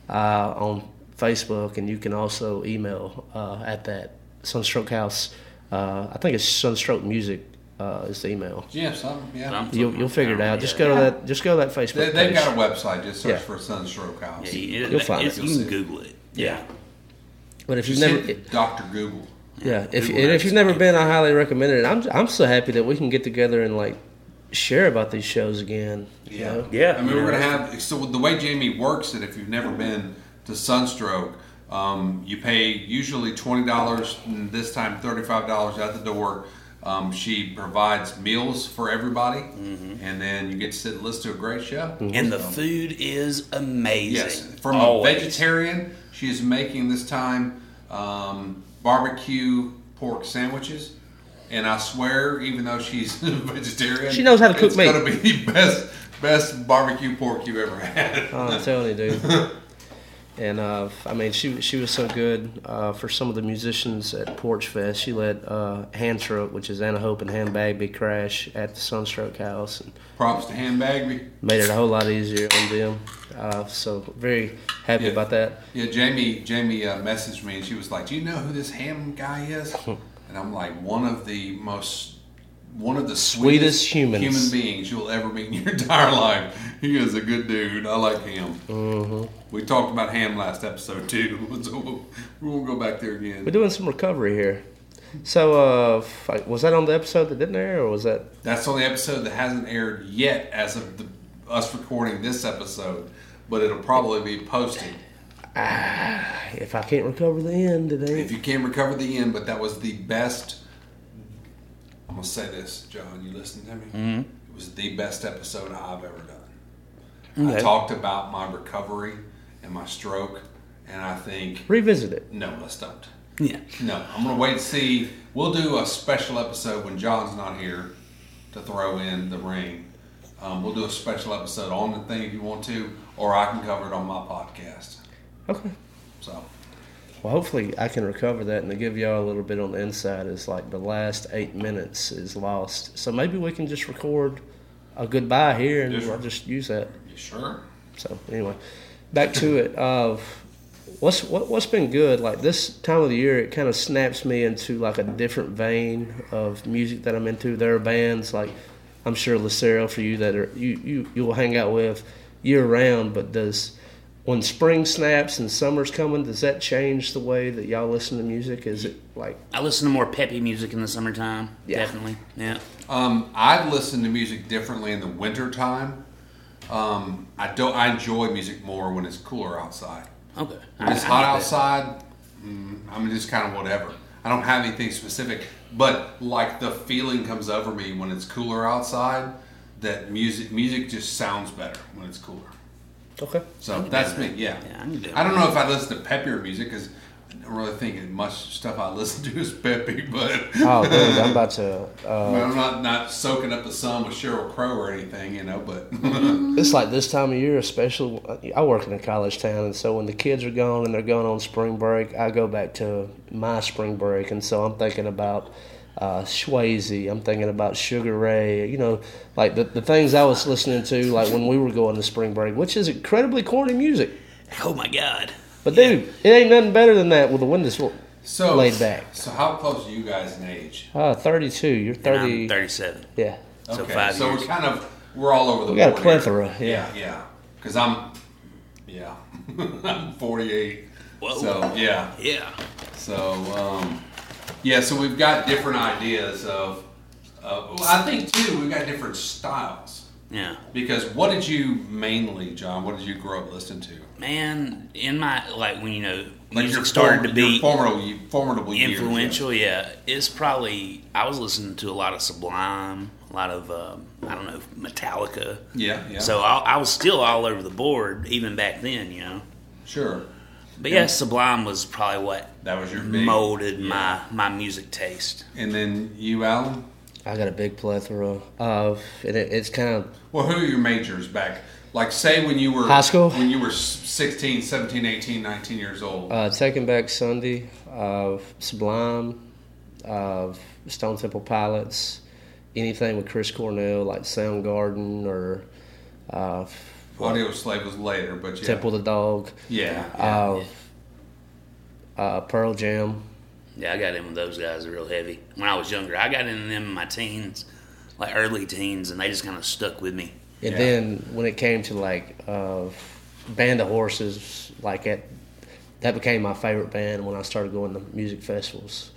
Speaker 3: uh, on Facebook, and you can also email uh, at that Sunstroke House. Uh, I think it's Sunstroke Music uh, is the email.
Speaker 4: Yeah, some, yeah.
Speaker 5: Something
Speaker 3: You'll, you'll
Speaker 5: like
Speaker 3: figure it
Speaker 5: that.
Speaker 3: out. Just go to that. Just go to that Facebook.
Speaker 4: They, they've
Speaker 3: page.
Speaker 4: got a website. Just search
Speaker 3: Yeah.
Speaker 4: for Sunstroke House.
Speaker 5: Yeah, it-
Speaker 3: You'll find
Speaker 5: it's-
Speaker 4: it.
Speaker 5: You can Google it.
Speaker 4: Yeah.
Speaker 3: But if you've
Speaker 4: Just
Speaker 3: never,
Speaker 4: hit Dr. Google.
Speaker 3: yeah, if
Speaker 5: Google
Speaker 3: and if
Speaker 5: Earth.
Speaker 3: you've never been, I highly recommend it. I'm I'm so happy that we can get together and like share about these shows again. you
Speaker 4: Yeah.
Speaker 3: know?
Speaker 5: Yeah.
Speaker 4: I mean, we're going to have, so the way Jamie works it, if you've never been to Sunstroke, um, you pay usually $20, and this time $35 at the door. Um, she provides meals for everybody, and then you get to sit and listen to a great Um, show.
Speaker 5: And the food is amazing.
Speaker 4: Yes, from
Speaker 5: Always.
Speaker 4: a vegetarian, she is making this time um, barbecue pork sandwiches. And I swear, even though she's [LAUGHS] a vegetarian,
Speaker 3: She knows how to cook
Speaker 4: it's
Speaker 3: meat.
Speaker 4: gonna be [LAUGHS] the best, best barbecue pork you ever had. [LAUGHS]
Speaker 3: Oh, I'm telling you, dude. And uh, I mean, she she was so good uh, for some of the musicians at Porch Fest. She let uh, Handstroke, which is Anna Hope and Ham Bagby, crash at the Sunstroke House, and
Speaker 4: Props to Ham Bagby.
Speaker 3: made it a whole lot easier on them. Uh, so very happy
Speaker 4: Yeah.
Speaker 3: about that.
Speaker 4: Yeah, Jamie. Jamie uh, messaged me, and she was like, "Do you know who this ham guy
Speaker 3: [LAUGHS]
Speaker 4: is?"
Speaker 3: Hmm.
Speaker 4: And I'm like, "One of the most." One of the sweetest,
Speaker 3: Sweetest humans.
Speaker 4: human beings you'll ever meet in your [LAUGHS] entire life. He is a good dude. I like him.
Speaker 3: Mm-hmm.
Speaker 4: We talked about ham last episode too, [LAUGHS] so we'll, we won't go back there
Speaker 3: We're
Speaker 4: again.
Speaker 3: doing some recovery here. So, uh, f- was that on the episode that didn't air, or was that?
Speaker 4: That's the only episode that hasn't aired yet, as of the, us recording this episode, but it'll probably be posted.
Speaker 3: If I can't recover the end, it
Speaker 4: If
Speaker 3: ain't.
Speaker 4: you can recover the end, but that was the best. I'm gonna say this, John. You listen to me. It was the best episode I've ever done. I talked about my recovery and my stroke, and I think
Speaker 3: Revisit it.
Speaker 4: no, let's don't.
Speaker 5: Yeah.
Speaker 4: No, I'm gonna wait and see. We'll do a special episode when John's not here to throw in the ring. Um, we'll do a special episode on the thing if you want to, or I can cover it on my podcast.
Speaker 3: Okay.
Speaker 4: So
Speaker 3: Well, hopefully I can recover that, and to give y'all a little bit on the inside is like the last eight minutes is lost. So maybe we can just record a goodbye here, and
Speaker 4: Yes.
Speaker 3: I'll just use that.
Speaker 4: you sure?
Speaker 3: So anyway, back to it. Of what's what, what's been good? Like this time of the year, it kind of snaps me into like a different vein of music that I'm into. There are bands like I'm sure Lucero for you that are you you you will hang out with year round. But does when spring snaps and summer's coming, does that change the way that y'all listen to music? Is it like
Speaker 5: I listen to more peppy music in the summertime.
Speaker 3: Yeah.
Speaker 5: Definitely. Yeah.
Speaker 4: Um, I listen to music differently in the winter time. Um, I don't. I enjoy music more when it's cooler outside.
Speaker 5: Okay.
Speaker 4: When it's hot outside, mm, I'm just kind of whatever. I don't have anything specific, but like the feeling comes over me when it's cooler outside. That music, music just sounds better when it's cooler.
Speaker 3: Okay.
Speaker 4: So that's me. Yeah.
Speaker 5: Yeah, I can do
Speaker 4: I don't know if I listen to peppier music because I don't really think much stuff I listen to is peppy, [LAUGHS] but
Speaker 3: Oh, dude, I'm about to.
Speaker 4: I
Speaker 3: Uh,
Speaker 4: mean, I'm not not soaking up the sun with Cheryl Crow or anything, you know. But [LAUGHS]
Speaker 3: it's like this time of year, especially. I work in a college town, and so when the kids are gone and they're gone on spring break, I go back to my spring break, and so I'm thinking about uh, Swayze. I'm thinking about Sugar Ray. You know, like the the things I was listening to, like when we were going to spring break, which is incredibly corny music.
Speaker 5: Oh my god.
Speaker 3: But dude, it ain't nothing better than that with the windows
Speaker 4: so
Speaker 3: Laid back.
Speaker 4: So how close are you guys in age?
Speaker 3: uh, 32. You're
Speaker 5: And
Speaker 3: 30.
Speaker 5: I'm 37.
Speaker 3: Yeah.
Speaker 5: So five
Speaker 4: so
Speaker 5: years.
Speaker 4: we're kind of we're all over the.
Speaker 3: We got a
Speaker 4: board here.
Speaker 3: plethora, yeah.
Speaker 4: yeah, yeah. Because I'm, yeah, [LAUGHS] I'm 48.
Speaker 5: Whoa.
Speaker 4: So yeah,
Speaker 5: Yeah.
Speaker 4: So, um, yeah, so we've got different ideas of, uh, well, I think too, we've got different styles.
Speaker 5: Yeah.
Speaker 4: Because what did you mainly, John, what did you grow up listening to?
Speaker 5: Man, in my like when you know
Speaker 4: Like
Speaker 5: music
Speaker 4: your
Speaker 5: started
Speaker 4: form-
Speaker 5: to
Speaker 4: your
Speaker 5: be
Speaker 4: formidable, formidable years,
Speaker 5: influential, yeah. It's probably I was listening to a lot of Sublime, a lot of um, I don't know Metallica.
Speaker 4: Yeah, yeah.
Speaker 5: So I, I was still all over the board even back then, you know.
Speaker 4: Sure.
Speaker 5: But yeah, Sublime was probably what
Speaker 4: That was your big.
Speaker 5: molded my my music taste.
Speaker 4: And then you, Alan?
Speaker 3: I got a big plethora of, and it, it's kind of
Speaker 4: Well, who are your majors back? Like, say when you were
Speaker 3: High school?
Speaker 4: when you were s- 16, 17, 18, 19 years old.
Speaker 3: uh, Taking Back Sunday, of Sublime, of Stone Temple Pilots, anything with Chris Cornell, like Soundgarden or uh,
Speaker 4: Audio Slave was later, but yeah.
Speaker 3: Temple the Dog,
Speaker 4: Yeah. yeah.
Speaker 3: of uh, Pearl Jam.
Speaker 5: Yeah, I got in with those guys real heavy when I was younger. I got in them in my teens, like early teens, and they just kind of stuck with me.
Speaker 3: And
Speaker 4: Yeah.
Speaker 3: then when it came to like uh, Band of Horses, like at, that became my favorite band when I started going to music festivals.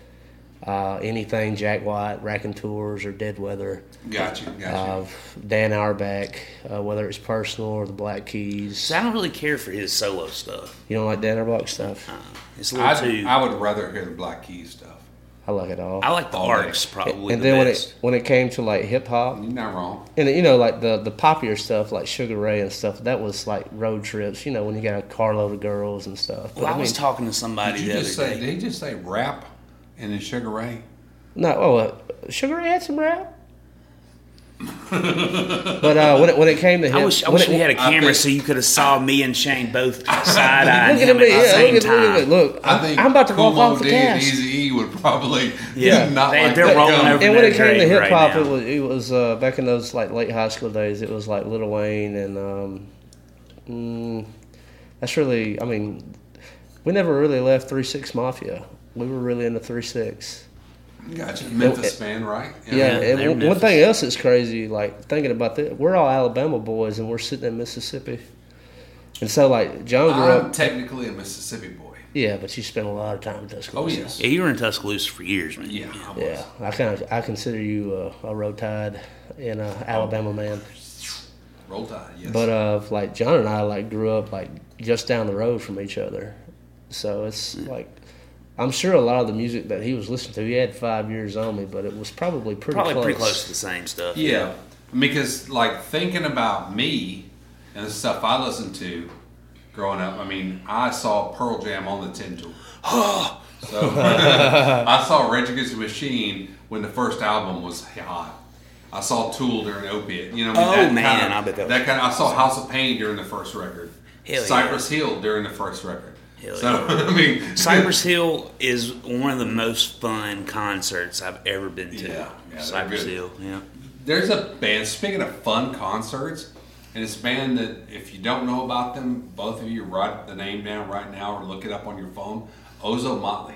Speaker 3: Uh, anything Jack White, Raconteurs, or Dead Weather,
Speaker 4: Got you. Got you.
Speaker 3: of Dan Auerbach, uh, whether it's personal or the Black Keys.
Speaker 5: So I don't really care for his solo stuff.
Speaker 3: You don't like Dan Auerbach stuff?
Speaker 5: It's a little
Speaker 4: I'd,
Speaker 5: too.
Speaker 4: I would rather hear the Black Keys stuff.
Speaker 3: I like it all.
Speaker 5: I like the
Speaker 4: All
Speaker 5: arcs
Speaker 4: day.
Speaker 5: probably.
Speaker 3: and
Speaker 5: the
Speaker 3: then when
Speaker 5: best.
Speaker 3: it when it came to like hip hop,
Speaker 4: You're not wrong.
Speaker 3: and you know like the the poppier stuff like Sugar Ray and stuff, that was like road trips. You know when you got a carload of girls and stuff. But
Speaker 5: well, I,
Speaker 3: I mean,
Speaker 5: was talking to
Speaker 4: Did
Speaker 5: somebody
Speaker 4: you
Speaker 5: the other
Speaker 4: just say?
Speaker 5: day.
Speaker 4: Did he just say rap and then Sugar Ray?
Speaker 3: No, oh, uh, Sugar Ray had some rap. but uh, when it when it came to him,
Speaker 5: I wish, I wish we had a camera so you could have saw me and Shane both side eyeing
Speaker 3: look
Speaker 5: him
Speaker 3: at
Speaker 5: at
Speaker 3: me,
Speaker 5: the
Speaker 3: yeah,
Speaker 5: same
Speaker 3: look at,
Speaker 5: time.
Speaker 3: look at look.
Speaker 4: I think
Speaker 3: I'm about to
Speaker 4: Kool
Speaker 3: walk off
Speaker 4: Moe
Speaker 3: the
Speaker 4: Dee and
Speaker 3: cast.
Speaker 4: Easy E would probably
Speaker 5: [LAUGHS] Yeah.
Speaker 4: [LAUGHS] not
Speaker 5: They-
Speaker 4: like
Speaker 5: they're
Speaker 4: that
Speaker 5: rolling
Speaker 4: gum.
Speaker 5: over.
Speaker 3: And when it
Speaker 5: They're
Speaker 3: came to
Speaker 5: great
Speaker 3: hip
Speaker 5: right
Speaker 3: hop, it
Speaker 5: now.
Speaker 3: was it was uh, back in those like late high school days. It was like Lil Wayne and um, mm, that's really. I mean, we never really left Three Six Mafia. We were really into Three Six.
Speaker 4: Gotcha. Memphis fan, right?
Speaker 3: Yeah,
Speaker 5: Yeah,
Speaker 3: and
Speaker 5: they're
Speaker 3: one- one
Speaker 5: Memphis.
Speaker 3: thing else that's crazy, like thinking about that, we're all Alabama boys and we're sitting in Mississippi. And so, like, John grew
Speaker 4: I'm
Speaker 5: Uh,
Speaker 3: up.
Speaker 4: technically a Mississippi boy.
Speaker 3: yeah, but you spent a lot of time in Tuscaloosa.
Speaker 4: Oh yes.
Speaker 5: Yeah, you were in Tuscaloosa for years, man.
Speaker 4: Yeah. I was.
Speaker 3: Yeah, I kind of I consider you a, a road tide and a Alabama man.
Speaker 4: Roll Tide. Yes.
Speaker 3: But, uh, like, John and I, like, grew up, like, just down the road from each other. So it's like. I'm sure a lot of the music that he was listening to, he had five years on me, but it was probably pretty
Speaker 5: Probably
Speaker 3: close.
Speaker 5: pretty close to the same stuff.
Speaker 4: yeah. Because like thinking about me and the stuff I listened to growing up. I mean, I saw Pearl Jam on the Tin
Speaker 5: [GASPS]
Speaker 4: Tour. so [LAUGHS] I saw Rage Against the Machine when the first album was hot. I saw Tool during Opiate. You know, I mean,
Speaker 5: Oh,
Speaker 4: that
Speaker 5: man,
Speaker 4: kinda,
Speaker 5: I bet that was-
Speaker 4: kind of. I saw House of Pain during the first record.
Speaker 5: Hell yeah.
Speaker 4: Cypress Hill during the first record.
Speaker 5: Hell
Speaker 4: so [LAUGHS] I mean,
Speaker 5: Cypress Hill is one of the most fun concerts I've ever been to.
Speaker 4: Yeah, yeah, they're
Speaker 5: Cypress
Speaker 4: good.
Speaker 5: Hill, yeah.
Speaker 4: There's a band. Speaking of fun concerts, and it's a band that if you don't know about them, both of you write the name down right now or look it up on your phone. Ozo Motley.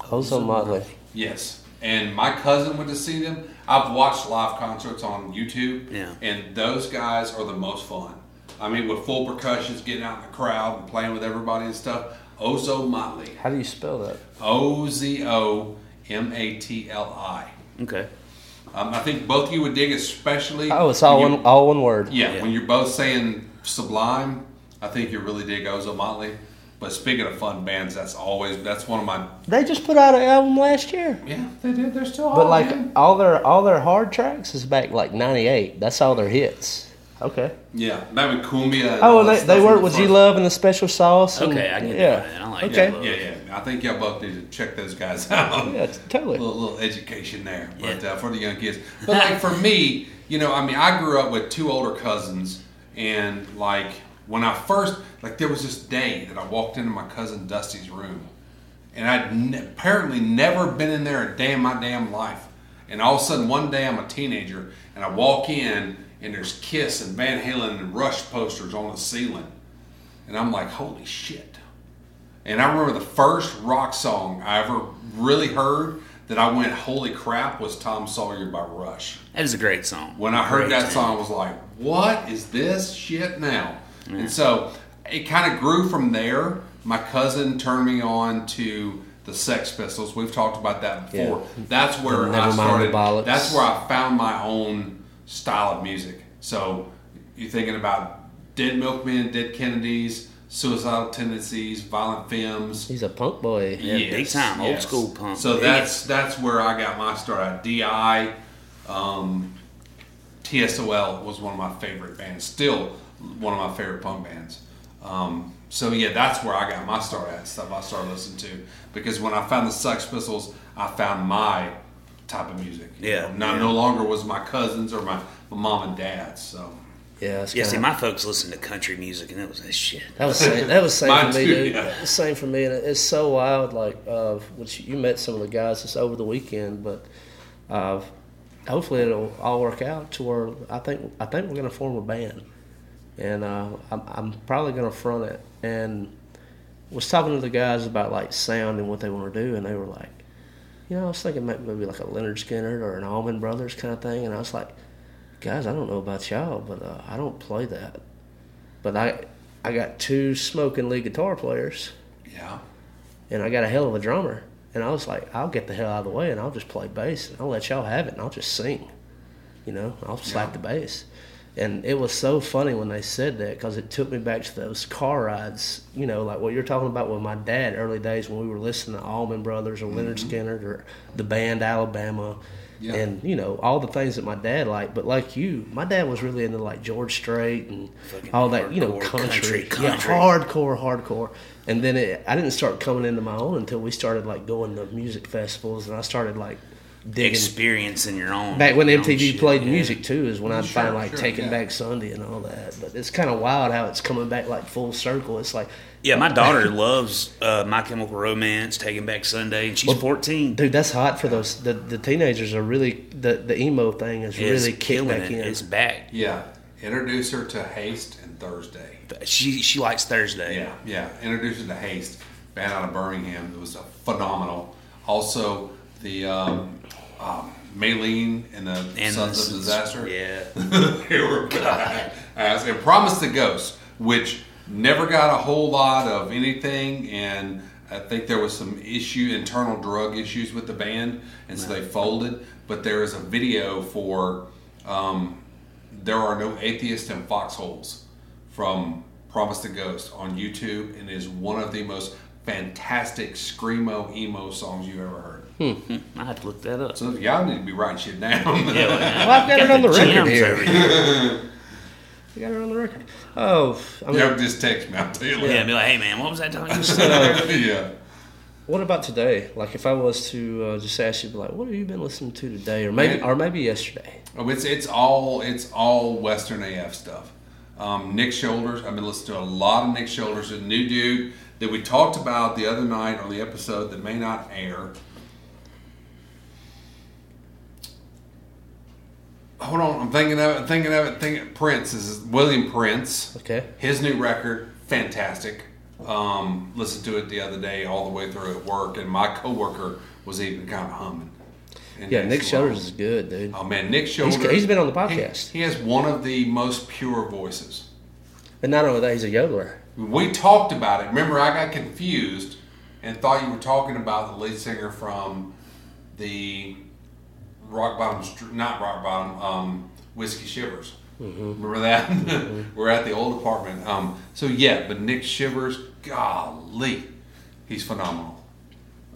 Speaker 3: Ozo Motley.
Speaker 4: Yes. And my cousin went to see them. I've watched live concerts on YouTube.
Speaker 5: Yeah.
Speaker 4: And those guys are the most fun. I mean, with full percussions, getting out in the crowd and playing with everybody and stuff. Ozo Motley.
Speaker 3: How do you spell that?
Speaker 4: O Z O M A T L I.
Speaker 5: Okay.
Speaker 4: Um, I think both of you would dig, especially.
Speaker 3: Oh, it's all
Speaker 4: when you-
Speaker 3: one all one word.
Speaker 4: Yeah, when you're both saying Sublime, I think you really dig Ozo Motley. But speaking of fun bands, that's always that's one of my
Speaker 3: They just put out an album last year.
Speaker 4: yeah they did they're still
Speaker 3: But like all their all their hard tracks is back like '98. That's all their hits. Okay.
Speaker 4: Yeah, that would Cumbia. and
Speaker 3: Oh,
Speaker 4: all
Speaker 3: and
Speaker 4: that
Speaker 3: they,
Speaker 4: stuff
Speaker 3: they
Speaker 4: in
Speaker 3: work
Speaker 4: the
Speaker 3: with G
Speaker 4: front.
Speaker 3: Love and the special sauce. and-
Speaker 5: Okay, I can
Speaker 3: yeah.
Speaker 5: do that. I like
Speaker 3: okay.
Speaker 5: that.
Speaker 4: Yeah, yeah. I think y'all both need to check those guys out.
Speaker 3: Yeah, totally.
Speaker 4: A little, little education there, but
Speaker 5: Yeah.
Speaker 4: uh, for the young kids. But like for me, you know, I mean, I grew up with two older cousins, and like when I first, like, there was this day that I walked into my cousin Dusty's room, and I'd n- apparently never been in there a day in my damn life. And all of a sudden, one day I'm a teenager, and I walk in, and there's Kiss and Van Halen and Rush posters on the ceiling, and I'm like, holy shit. And I remember the first rock song I ever really heard that I went, holy crap, was Tom Sawyer by Rush.
Speaker 5: That is a great song.
Speaker 4: When I heard
Speaker 5: Great
Speaker 4: that song, I was like, what is this shit now? And so it kind of grew from there. My cousin turned me on to the Sex Pistols. We've talked about that before. That's where
Speaker 3: Nevermind
Speaker 4: I
Speaker 3: the
Speaker 4: started.
Speaker 3: Bollocks.
Speaker 4: That's where I found my own style of music. So you're thinking about Dead Milkmen, Dead Kennedys, Suicidal Tendencies, Violent Films.
Speaker 3: He's a punk boy.
Speaker 5: Yeah, big time, old school punk.
Speaker 4: So
Speaker 5: Dig
Speaker 4: that's that's where I got my start. At Di, um, TSOL was one of my favorite bands. Still one of my favorite punk bands. Um, so yeah, that's where I got my start at stuff I started listening to because when I found the Sex Pistols, I found my type of music. you
Speaker 5: Yeah,
Speaker 4: know. not
Speaker 5: yeah.
Speaker 4: no longer was my cousins or my, my mom and dad's. So
Speaker 3: Yeah, that's
Speaker 5: Yeah, see,
Speaker 3: kinda-
Speaker 5: my folks listened to country music, and it was that shit.
Speaker 3: That was same, that was
Speaker 4: [LAUGHS]
Speaker 3: same
Speaker 4: Mine
Speaker 3: for me,
Speaker 4: too,
Speaker 3: dude.
Speaker 4: yeah.
Speaker 3: Same for me, and it's so wild. Like, uh, which you met some of the guys just over the weekend, but uh, hopefully it'll all work out to where I think I think we're gonna form a band, and uh, I'm, I'm probably gonna front it. And was talking to the guys about like sound and what they want to do, and they were like, you know, I was thinking ma- maybe like a Leonard Skinner or an Allman Brothers kind of thing, and I was like, guys, I don't know about y'all, but uh, I don't play that. But I I got two smoking lead guitar players
Speaker 4: yeah,
Speaker 3: and I got a hell of a drummer. And I was like, I'll get the hell out of the way and I'll just play bass and I'll let y'all have it and I'll just sing. You know, I'll slap the bass. And it was so funny when they said that because it took me back to those car rides, you know, like what you're talking about with my dad early days when we were listening to Allman Brothers or Leonard
Speaker 5: Mm-hmm.
Speaker 3: Skinner or the band Alabama
Speaker 4: Yeah.
Speaker 3: and, you know, all the things that my dad liked. But like you, my dad was really into like George Strait and all that, you know,
Speaker 5: hardcore
Speaker 3: country.
Speaker 5: country,
Speaker 3: Yeah,
Speaker 5: country.
Speaker 3: hardcore, hardcore. And then it, I didn't start coming into my own until we started like going to music festivals, and I started like digging.
Speaker 5: Experiencing your own.
Speaker 3: Back when
Speaker 5: your own
Speaker 3: MTV
Speaker 5: Oh, shit,
Speaker 3: played
Speaker 5: yeah.
Speaker 3: music too is when I'd
Speaker 4: Sure,
Speaker 3: find like
Speaker 4: sure,
Speaker 3: Taking
Speaker 4: yeah.
Speaker 3: Back Sunday and all that. But it's kind of wild how it's coming back like full circle. It's like,
Speaker 5: Yeah, my daughter [LAUGHS] loves uh, My Chemical Romance, Taking Back Sunday, and she's 14.
Speaker 3: dude, that's hot for those. The, the teenagers are really the the emo thing is
Speaker 5: It's
Speaker 3: really kicking
Speaker 5: killing
Speaker 3: back
Speaker 5: it.
Speaker 3: in.
Speaker 5: It's back.
Speaker 4: yeah. Introduce her to Haste and Thursday.
Speaker 5: She she likes Thursday.
Speaker 4: Yeah, yeah. Introducing to Haste, band out of Birmingham. It was a phenomenal. Also, the um, um, Maylene and the
Speaker 5: And
Speaker 4: Sons
Speaker 5: this
Speaker 4: of
Speaker 5: is-
Speaker 4: Disaster.
Speaker 5: Yeah.
Speaker 4: they were [LAUGHS] badass. And Promise the Ghost, which never got a whole lot of anything, and I think there was some issue, internal drug issues with the band, and so they folded. But there is a video for um, "There Are No Atheists in Foxholes" from Promise the Ghost on YouTube, and is one of the most fantastic screamo emo songs you ever heard.
Speaker 5: Hmm. I have to look that up.
Speaker 4: So y'all need to be writing shit down.
Speaker 5: Yeah, well,
Speaker 3: well, I've [LAUGHS] got it on the record
Speaker 5: gems
Speaker 3: here.
Speaker 5: over here.
Speaker 3: I got it on the record. Oh, I mean,
Speaker 4: [LAUGHS] Y'all just text me. I'll tell you
Speaker 5: Yeah,
Speaker 4: later.
Speaker 5: be like, hey man, what was that
Speaker 3: [LAUGHS]
Speaker 5: talking
Speaker 4: [LAUGHS]
Speaker 5: about?
Speaker 4: yeah.
Speaker 3: What about today? Like, if I was to uh, just ask you, be like, what have you been listening to today, or maybe,
Speaker 4: Man.
Speaker 3: or maybe yesterday?
Speaker 4: Oh, it's it's all it's all Western AF stuff. Um, Nick Shoulders. I've been listening to a lot of Nick Shoulders, a new dude that we talked about the other night on the episode that may not air. Hold on, I'm thinking of it. Thinking of it. Thinking Prince is William Prince.
Speaker 3: Okay.
Speaker 4: His new record, fantastic. Um, listened to it the other day, all the way through at work, and my coworker was even kind of humming. And
Speaker 3: Yeah,
Speaker 4: it's
Speaker 3: Nick Shutters
Speaker 4: long.
Speaker 3: is good, dude.
Speaker 4: Oh man, Nick Shoulders.
Speaker 3: he's been on the podcast.
Speaker 4: He, he has one of the most pure voices.
Speaker 3: And not only that, he's a yodeler.
Speaker 4: We talked about it. Remember, I got confused and thought you were talking about the lead singer from the Rock Bottom, Str- not Rock Bottom, um, Whiskey Shivers. Remember that? [LAUGHS] we're at the old apartment. Um, so yeah, but Nick Shivers, golly, he's phenomenal.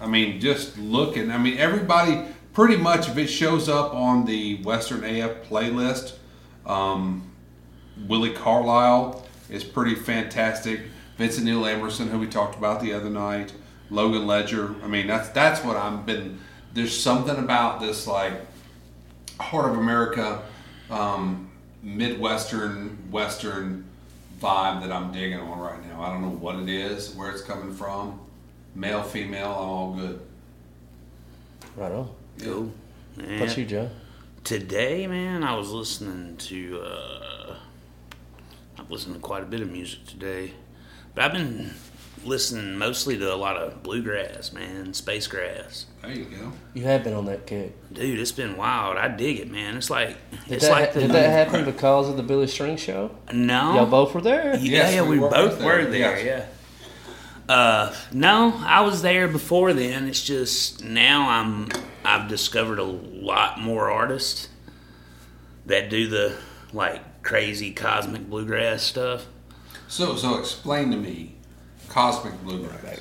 Speaker 4: I mean, just looking. I mean, everybody pretty much if it shows up on the Western AF playlist, um, Willie Carlisle is pretty fantastic. Vincent Neil Emerson, who we talked about the other night, Logan Ledger. I mean, that's that's what I've been. There's something about this like heart of America, um, Midwestern, Western vibe that I'm digging on right now. I don't know what it is, where it's coming from. Male, female, I'm all good.
Speaker 3: Right on.
Speaker 5: Cool.
Speaker 3: What about
Speaker 5: Yeah.
Speaker 3: you, Joe?
Speaker 5: Today, man, I was listening to. Uh, I've listened to quite a bit of music today, but I've been listening mostly to a lot of bluegrass, man, spacegrass.
Speaker 4: There you go.
Speaker 3: You have been on that kick.
Speaker 5: Dude, it's been wild. I dig it, man. It's like
Speaker 3: Did,
Speaker 5: it's
Speaker 3: that,
Speaker 5: like
Speaker 3: ha- did that happen because of the Billy String show?
Speaker 5: no.
Speaker 3: Y'all both were there.
Speaker 5: Uh-huh. Yeah,
Speaker 4: Yes,
Speaker 5: yeah,
Speaker 4: we
Speaker 5: we,
Speaker 4: were
Speaker 5: both
Speaker 4: both
Speaker 5: were
Speaker 4: there,
Speaker 5: there. Yeah. Uh, no, I was there before then. It's just now I'm I've discovered a lot more artists that do the like crazy cosmic bluegrass stuff.
Speaker 4: So, so explain to me, cosmic bluegrass.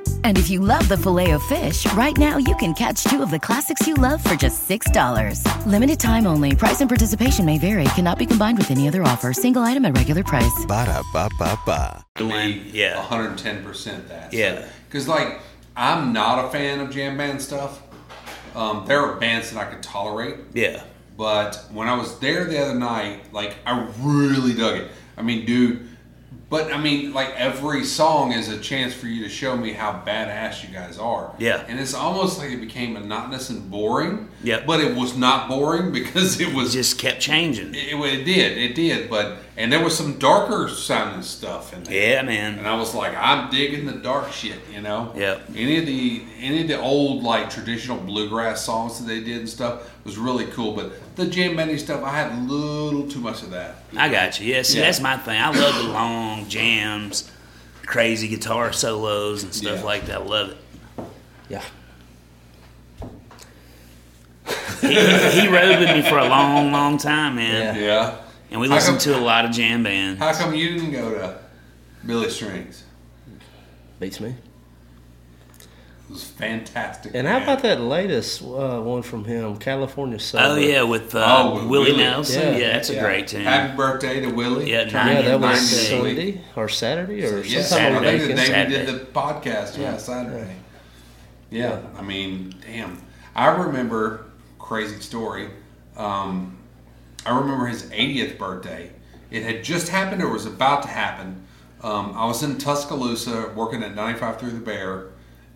Speaker 2: And if you love the filet of fish, right now you can catch two of the classics you love for just $6. Limited time only. Price and participation may vary. Cannot be combined with any other offer. Single item at regular price.
Speaker 1: Ba-da-ba-ba-ba.
Speaker 5: One, yeah.
Speaker 4: 110% that.
Speaker 5: Yeah.
Speaker 4: Because, like, I'm not a fan of jam band stuff. Um, there are bands that I could tolerate,
Speaker 5: Yeah.
Speaker 4: but when I was there the other night, like, I really dug it. I mean, dude, but I mean, like, every song is a chance for you to show me how badass you guys are.
Speaker 5: Yeah.
Speaker 4: And it's almost like it became monotonous and boring.
Speaker 5: Yep.
Speaker 4: But it was not boring because it was
Speaker 5: Just kept changing.
Speaker 4: It, it did, it did, but and there was some darker sounding stuff in there.
Speaker 5: Yeah, man.
Speaker 4: And I was like, I'm digging the dark shit, you know.
Speaker 5: Yep.
Speaker 4: Any of the any of the old like traditional bluegrass songs that they did and stuff was really cool, but the jam bandy stuff, I had a little too much of that.
Speaker 5: I got you. Yeah, see,
Speaker 4: Yeah.
Speaker 5: that's my thing. I love the long jams, crazy guitar solos and stuff
Speaker 4: Yeah.
Speaker 5: like that. I love it.
Speaker 3: Yeah.
Speaker 5: He, he rode with me for a long, long time, man.
Speaker 3: Yeah.
Speaker 4: Yeah.
Speaker 5: And we
Speaker 4: How
Speaker 5: listened
Speaker 4: come-
Speaker 5: to a lot of jam bands.
Speaker 4: How come you didn't go to Billy Strings?
Speaker 3: Beats me.
Speaker 4: It was fantastic.
Speaker 3: And how
Speaker 4: man.
Speaker 3: about that latest uh, one from him, California Summer?
Speaker 5: Oh yeah, with uh,
Speaker 4: Oh, with
Speaker 5: Willie
Speaker 4: Willie.
Speaker 5: Nelson.
Speaker 3: Yeah.
Speaker 5: Yeah, that's a
Speaker 4: Yeah.
Speaker 5: great tune.
Speaker 4: Happy birthday to Willie.
Speaker 5: Yeah,
Speaker 3: Yeah, that was
Speaker 4: 90s.
Speaker 3: Sunday or Saturday or
Speaker 4: Yeah,
Speaker 3: sometime on
Speaker 4: I
Speaker 5: Saturday.
Speaker 4: think the
Speaker 3: weekend.
Speaker 4: day
Speaker 5: Saturday.
Speaker 4: we did the podcast yeah. Saturday. Yeah. I mean, damn. I remember crazy story. Um, I remember his 80th birthday. It had just happened or was about to happen. Um, I was in Tuscaloosa working at 95 Through the Bear,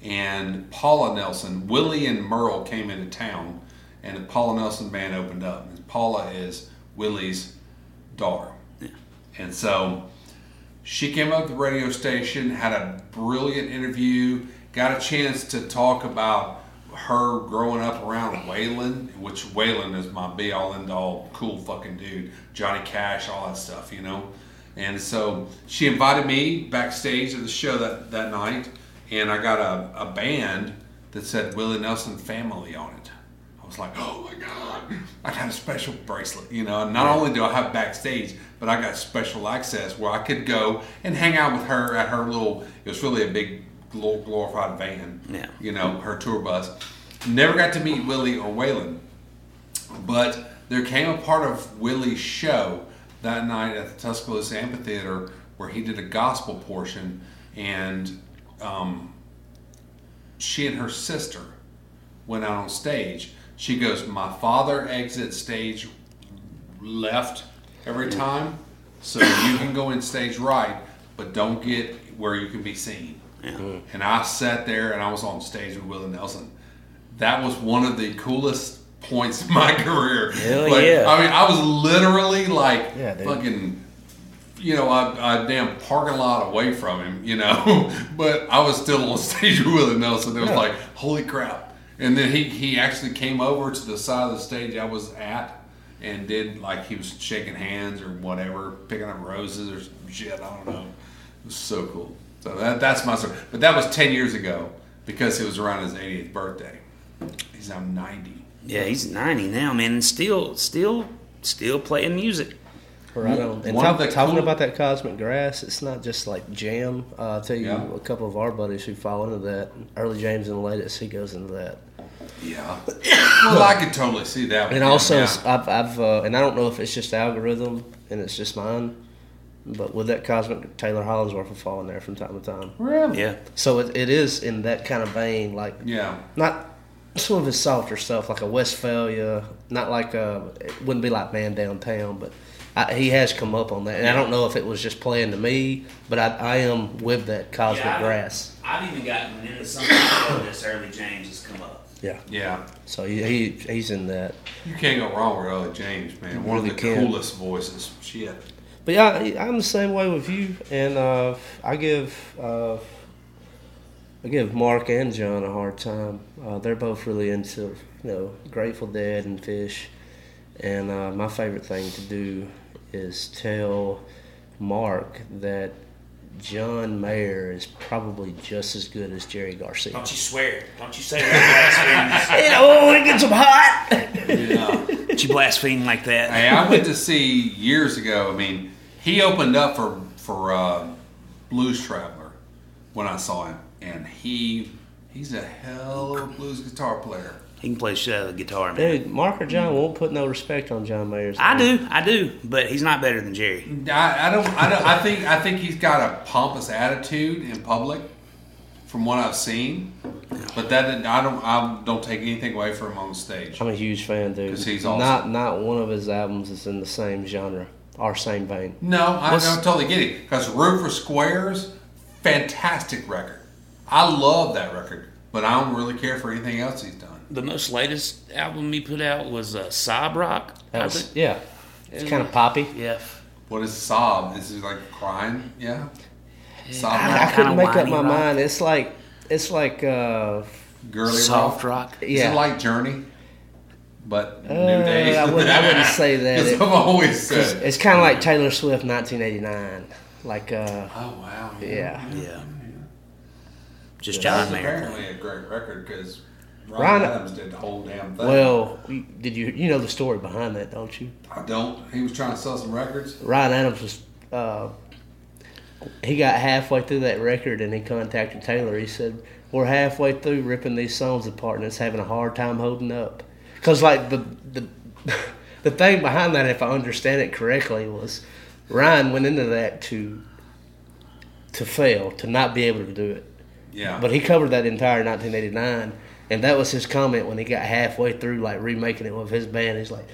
Speaker 4: and Paula Nelson, Willie and Merle came into town, and the Paula Nelson band opened up. And Paula is Willie's daughter. And so she came up to the radio station, had a brilliant interview, got a chance to talk about her growing up around Waylon, which Waylon is my be all end all cool fucking dude, Johnny Cash, all that stuff, you know. And so she invited me backstage to the show that, that night, and I got a, a band that said Willie Nelson Family on it. I was like, oh my God, I got a special bracelet. You know, and not only do I have backstage, but I got special access where I could go and hang out with her at her little, it was really a big glor- glorified van,
Speaker 5: Yeah.
Speaker 4: you know, her tour bus. Never got to meet Willie or Waylon. But there came a part of Willie's show that night at the Tuscaloosa Amphitheater where he did a gospel portion, and um, she and her sister went out on stage. She goes, "My father exits stage left every time, so you can go in stage right, but don't get where you can be seen." And I sat there and I was on stage with Willie Nelson. That was one of the coolest points in my [LAUGHS] career.
Speaker 5: Hell
Speaker 4: Like,
Speaker 5: yeah.
Speaker 4: I mean, I was literally like
Speaker 7: Yeah, dude.
Speaker 4: fucking, you know, a, a damn parking lot away from him, you know, [LAUGHS] but I was still on [LAUGHS] stage with Willie Nelson. It was like, holy crap. And then he, he actually came over to the side of the stage I was at and did like he was shaking hands or whatever, picking up roses or some shit. I don't know. It was so cool. So that, that's my story. But that was 10 years ago because it was around his 80th birthday. He's now 90.
Speaker 5: Yeah, he's ninety now, man, and still, still, still playing music.
Speaker 3: Right on. And
Speaker 4: One of
Speaker 3: talk,
Speaker 4: the
Speaker 3: talking
Speaker 4: cool-
Speaker 3: about that cosmic grass, it's not just like jam. Uh, I'll tell you,
Speaker 4: Yeah.
Speaker 3: a couple of our buddies who fall into that, early James and the latest, he goes into that.
Speaker 4: Yeah. well, I could totally see that. with
Speaker 3: And
Speaker 4: him,
Speaker 3: also,
Speaker 4: yeah.
Speaker 3: I've, I've uh, and I don't know if it's just algorithm and it's just mine, but with that cosmic, Taylor Hollinsworth will fall in there from time to time.
Speaker 4: Really?
Speaker 5: Yeah,
Speaker 3: So it, it is in that kind of vein, like
Speaker 4: Yeah.
Speaker 3: not some of his softer stuff, like a Westphalia, not like a, it wouldn't be like Man Downtown, but I, he has come up on that. And I don't know if it was just playing to me, but I, I am with that Cosmic
Speaker 5: Yeah, I-
Speaker 3: Grass.
Speaker 5: I've even gotten into something that's early James has come up.
Speaker 3: Yeah.
Speaker 4: Yeah.
Speaker 3: So he, he he's in that.
Speaker 4: You can't go wrong with Ellie James, man. One
Speaker 3: really
Speaker 4: of the
Speaker 3: can.
Speaker 4: coolest voices. Shit.
Speaker 3: But yeah, I, I'm the same way with you, and uh, I give uh, I give Mark and John a hard time. Uh, they're both really into you know Grateful Dead and Fish, and uh, my favorite thing to do is tell Mark that John Mayer is probably just as good as Jerry Garcia.
Speaker 4: Oh.
Speaker 5: Don't you swear? Don't you say that
Speaker 3: [LAUGHS] And, oh, it gets them hot.
Speaker 4: Yeah.
Speaker 5: blaspheme? Don't you blaspheme like that?
Speaker 4: hey, I went to see years ago. I mean, he opened up for for uh, Blues Traveler when I saw him, and he he's a hell of a blues guitar player.
Speaker 5: He can play uh, guitar, man.
Speaker 3: Dude, Mark or John won't put no respect on John Mayer's.
Speaker 5: I
Speaker 3: name.
Speaker 5: do, I do, but he's not better than Jerry.
Speaker 4: I, I don't. I don't. I think. I think he's got a pompous attitude in public, from what I've seen. But that didn't- I don't. I don't take anything away from him on stage.
Speaker 3: I'm a huge fan, dude.
Speaker 4: 'Cause he's awesome.
Speaker 3: Not not one of his albums is in the same genre or same vein.
Speaker 4: No, I, I
Speaker 5: What's-
Speaker 4: totally get it. Because Room for Squares, fantastic record. I love that record, but I don't really care for anything else he's done.
Speaker 5: The most latest album he put out was uh, Sob Rock. I
Speaker 3: That was,
Speaker 5: think.
Speaker 3: yeah, it's kind of poppy.
Speaker 5: yeah.
Speaker 4: What is sob? Is it like crying? Yeah. Sob,
Speaker 3: Eh, I, I
Speaker 4: rock?
Speaker 3: couldn't
Speaker 5: Kinda
Speaker 3: make up
Speaker 5: whiny
Speaker 3: my
Speaker 5: rock.
Speaker 3: mind. It's like it's like uh,
Speaker 4: girly
Speaker 5: Soft
Speaker 4: rock.
Speaker 5: rock.
Speaker 4: Is
Speaker 3: yeah.
Speaker 4: it like Journey? But
Speaker 3: Uh,
Speaker 4: new days.
Speaker 3: I
Speaker 4: [LAUGHS]
Speaker 3: wouldn't- I wouldn't say that.
Speaker 4: 'Cause
Speaker 3: It-
Speaker 4: I've always said.
Speaker 3: it's kind of
Speaker 4: Hmm.
Speaker 3: like Taylor Swift, 1989. Like uh,
Speaker 4: oh wow.
Speaker 3: yeah,
Speaker 5: Yeah. Just
Speaker 4: That's
Speaker 5: John Mayer.
Speaker 4: apparently a great record because Ron,
Speaker 3: Ron-
Speaker 4: Adams did the whole damn thing.
Speaker 3: Well, did you you know the story behind that, don't you?
Speaker 4: I don't. He was trying to sell some records.
Speaker 3: Ryan Adams was. Uh, he got halfway through that record and he contacted Taylor. He said, "We're halfway through ripping these songs apart and it's having a hard time holding up." Because like the the [LAUGHS] the thing behind that, if I understand it correctly, was Ryan went into that to to fail, to not be able to do it.
Speaker 4: Yeah.
Speaker 3: But he covered that entire 1989, and that was his comment when he got halfway through, like remaking it with his band. He's like,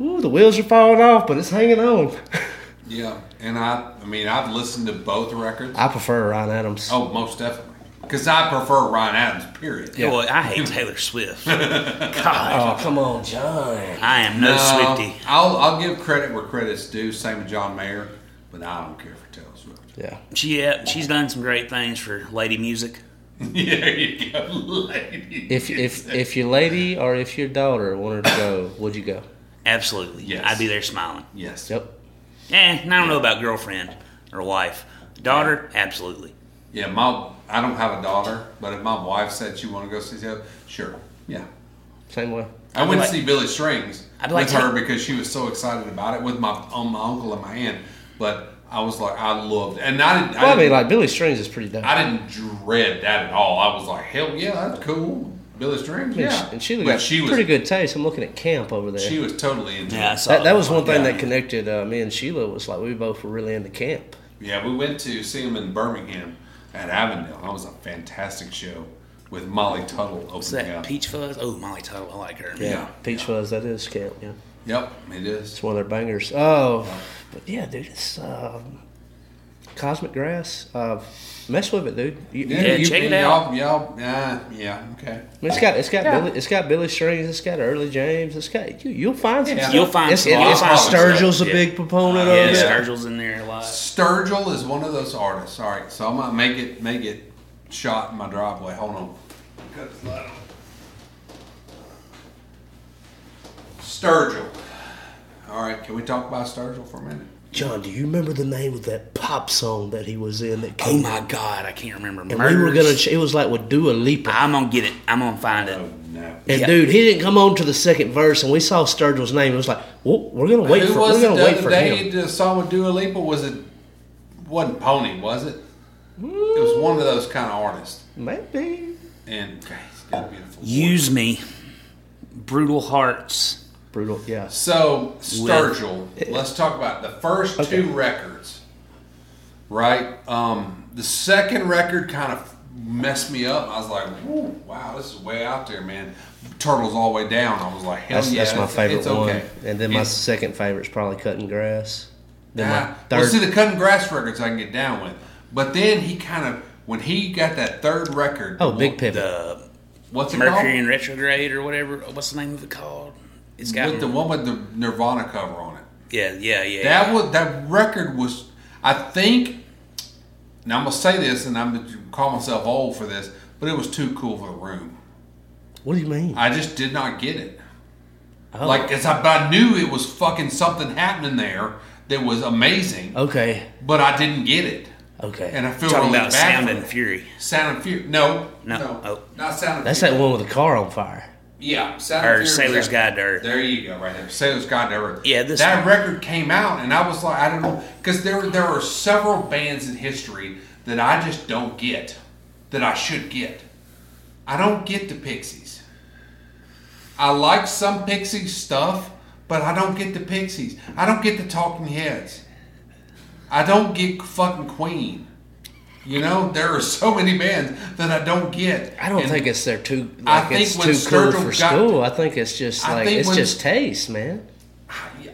Speaker 3: "Ooh, the wheels are falling off, but it's hanging on." [LAUGHS]
Speaker 4: yeah. And I, I mean, I've listened to both records.
Speaker 3: I prefer Ryan Adams.
Speaker 4: Oh, most definitely. Because I prefer Ryan Adams, period.
Speaker 5: Yeah. Well, I hate
Speaker 3: [LAUGHS]
Speaker 5: Taylor Swift.
Speaker 3: Oh, come on, John.
Speaker 5: I am no
Speaker 4: Uh,
Speaker 5: Swifty.
Speaker 4: I'll, I'll give credit where credit's due, same with John Mayer, but I don't care for Taylor Swift. [LAUGHS]
Speaker 3: Yeah,
Speaker 5: She, yeah, she's done some great things for lady music.
Speaker 4: yeah, you go, lady.
Speaker 3: if if if your lady or if your daughter wanted to go, would you go?
Speaker 5: Absolutely.
Speaker 4: Yes.
Speaker 5: I'd be there smiling.
Speaker 4: yes.
Speaker 3: Yep.
Speaker 5: Eh, and I don't know about girlfriend or wife. Daughter, absolutely.
Speaker 4: Yeah, my I don't have a daughter, but if my wife said she want to go see the sure, yeah.
Speaker 3: Same way.
Speaker 4: I went
Speaker 5: like-
Speaker 4: to see Billy Strings
Speaker 5: I'd like
Speaker 4: with
Speaker 5: to-
Speaker 4: her because she was so excited about it with my um, my uncle and my aunt. But I was like, I loved, it. and I didn't.
Speaker 3: Well, I
Speaker 4: I
Speaker 3: mean,
Speaker 4: didn't,
Speaker 3: like Billy Strings is pretty dope.
Speaker 4: I didn't dread that at all. I was like, hell yeah, that's cool. Billy Strings,
Speaker 3: And
Speaker 4: yeah.
Speaker 3: she- and she
Speaker 4: But
Speaker 3: got
Speaker 4: was
Speaker 3: pretty good taste. I'm looking at Camp over there.
Speaker 4: She was totally into
Speaker 5: Yeah, I
Speaker 4: it.
Speaker 5: saw
Speaker 3: that, that was one
Speaker 5: one.
Speaker 3: thing
Speaker 4: Yeah.
Speaker 3: that connected uh, me and Sheila was like we both were really into Camp.
Speaker 4: Yeah, we went to see him in Birmingham at Avondale. That was a fantastic show with Molly Tuttle opening
Speaker 5: What's that
Speaker 4: up.
Speaker 5: peach fuzz? Oh, Molly Tuttle, I like her.
Speaker 4: Yeah.
Speaker 3: Peach Fuzz, that is Camp. Yeah,
Speaker 4: Yep, it is.
Speaker 3: it's one of their bangers. Oh, but yeah, dude, it's uh, Cosmic Grass. Uh, mess with it, dude. You- you-
Speaker 5: Yeah, check it out.
Speaker 4: Y'all, y'all, yeah, yeah, okay.
Speaker 3: I mean, It's got it's got Billy it's got Billy Strings. It's got Early James. It's got you. You'll find some.
Speaker 4: Yeah.
Speaker 3: stuff.
Speaker 5: You'll find
Speaker 3: it's,
Speaker 5: some-
Speaker 3: it-
Speaker 5: you'll
Speaker 3: it's-
Speaker 5: find some
Speaker 3: Sturgill's
Speaker 5: stuff,
Speaker 3: a
Speaker 5: yeah. Uh,
Speaker 3: big proponent
Speaker 5: Yeah,
Speaker 3: of it.
Speaker 5: Sturgill's in there a lot.
Speaker 4: Sturgill is one of those artists. All right, so I might make it make it shot in my driveway. Hold on. Cut this light on. Sturgill. All right, can we talk about Sturgill for a minute?
Speaker 3: John, do you remember the name of that pop song that he was in that
Speaker 5: Oh
Speaker 3: came?
Speaker 5: my God, I can't remember.
Speaker 3: and we were gonna.
Speaker 5: Murders.
Speaker 3: ch- It was like with Dua Lipa.
Speaker 5: I'm gonna get it. I'm gonna find it.
Speaker 4: No.
Speaker 3: And
Speaker 5: Yeah.
Speaker 3: dude, he didn't come on to the second verse, and we saw Sturgill's name. It was like, well, we're gonna wait
Speaker 4: Who
Speaker 3: for
Speaker 4: was
Speaker 3: we're
Speaker 4: it
Speaker 3: gonna
Speaker 4: the
Speaker 3: wait
Speaker 4: other
Speaker 3: for
Speaker 4: day?
Speaker 3: him.
Speaker 4: The song with Dua Lipa was it? Wasn't Pony? Was it? It was one of those kind of artists.
Speaker 3: Maybe
Speaker 4: And God, he's got a beautiful. voice.
Speaker 5: Use me, brutal hearts.
Speaker 3: brutal. Yeah,
Speaker 4: So Sturgill, let's talk about the first two records. Right, um, the second record kind of messed me up. I was like, "Ooh, "Wow, this is way out there, man." Turtles all the way down. I was like, "Hell
Speaker 3: that's,
Speaker 4: yeah,
Speaker 3: that's my
Speaker 4: it's-
Speaker 3: favorite
Speaker 4: it's
Speaker 3: one.
Speaker 4: okay.
Speaker 3: And then my
Speaker 4: It's-
Speaker 3: second favorite's probably cutting grass. Then
Speaker 4: Ah,
Speaker 3: my
Speaker 4: Well, see,
Speaker 3: third.
Speaker 4: the cutting grass records I can get down with, but then he kind of when he got that third record.
Speaker 3: Oh, Big Pivot.
Speaker 5: The
Speaker 4: What's it
Speaker 5: Mercury in
Speaker 4: called?
Speaker 5: retrograde or whatever. What's the name of it called? It's got
Speaker 4: with the one with the Nirvana cover on it.
Speaker 5: yeah, yeah, yeah.
Speaker 4: That was that record was. I think. Now I'm gonna say this, and I'm gonna call myself old for this, but it was too cool for the room.
Speaker 3: What do you mean?
Speaker 4: I just did not get it.
Speaker 5: Oh.
Speaker 4: Like, cause I, but I knew it was fucking something happening there that was amazing,
Speaker 3: Oh, okay,
Speaker 4: but I didn't get it.
Speaker 3: okay.
Speaker 4: And I feel
Speaker 5: Oh. talking
Speaker 4: really
Speaker 5: about
Speaker 4: bad
Speaker 5: sound
Speaker 4: for
Speaker 5: and
Speaker 4: it.
Speaker 5: fury.
Speaker 4: Sound and Fury. No,
Speaker 5: No.
Speaker 4: no,
Speaker 5: Oh.
Speaker 4: not Sound and
Speaker 3: that's
Speaker 4: Fury.
Speaker 3: that one with the car on fire.
Speaker 4: Yeah, Sound
Speaker 5: Or
Speaker 4: and Fury was
Speaker 5: Sailor's
Speaker 4: that-
Speaker 5: Guide to Earth.
Speaker 4: There you go, right there. Sailor's Guide to Earth.
Speaker 5: Yeah, this-
Speaker 4: that record came out, and I was like, I don't know, because there were- there are several bands in history that I just don't get, that I should get. I don't get the Pixies. I like some Pixie stuff, but I don't get the Pixies. I don't get the Talking Heads. I don't get fucking Queen. You know, there are so many bands that I don't get.
Speaker 3: I don't
Speaker 4: And-
Speaker 3: think it's they're too.
Speaker 4: I
Speaker 3: Like
Speaker 4: think
Speaker 3: it's
Speaker 4: when
Speaker 3: too cool
Speaker 4: Sturgill
Speaker 3: for
Speaker 4: got-
Speaker 3: school. I think it's just
Speaker 4: I
Speaker 3: like
Speaker 4: think
Speaker 3: it's
Speaker 4: when-
Speaker 3: just taste, man.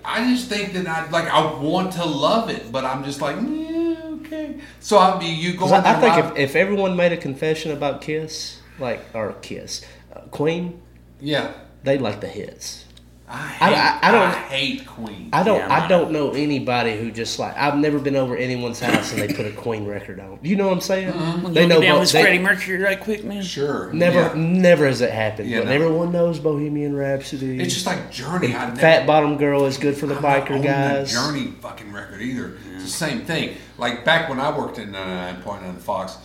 Speaker 4: I just think that I like I want to love it, but I'm just like yeah, okay. So I mean, you go.
Speaker 3: 'Cause I, I
Speaker 4: on
Speaker 3: think
Speaker 4: live-
Speaker 3: if, if everyone made a confession about Kiss, like or Kiss, uh, Queen,
Speaker 4: yeah,
Speaker 3: they like the hits.
Speaker 4: I
Speaker 3: I-
Speaker 4: hate, I,
Speaker 3: I don't-
Speaker 4: hate Queen.
Speaker 3: I don't.
Speaker 5: Yeah, I'm
Speaker 3: I
Speaker 5: not-
Speaker 3: don't know anybody who just like. I've never been over anyone's house and they put a Queen record on. You know what I'm saying? They
Speaker 5: Get
Speaker 3: know
Speaker 5: down
Speaker 3: Bo-
Speaker 5: with
Speaker 3: they-
Speaker 5: Freddie Mercury right quick, man.
Speaker 4: sure,
Speaker 3: Never,
Speaker 4: Mm-hmm. yeah.
Speaker 3: never has it happened.
Speaker 4: Yeah,
Speaker 3: but
Speaker 4: no.
Speaker 3: everyone knows Bohemian Rhapsody.
Speaker 4: It's just like Journey. I never,
Speaker 3: Fat Bottom Girl is good for the
Speaker 4: I'm not
Speaker 3: biker
Speaker 4: on
Speaker 3: guys.
Speaker 4: The Journey fucking record either. It's the same thing. Like back when I worked in uh, 99.9 Fox,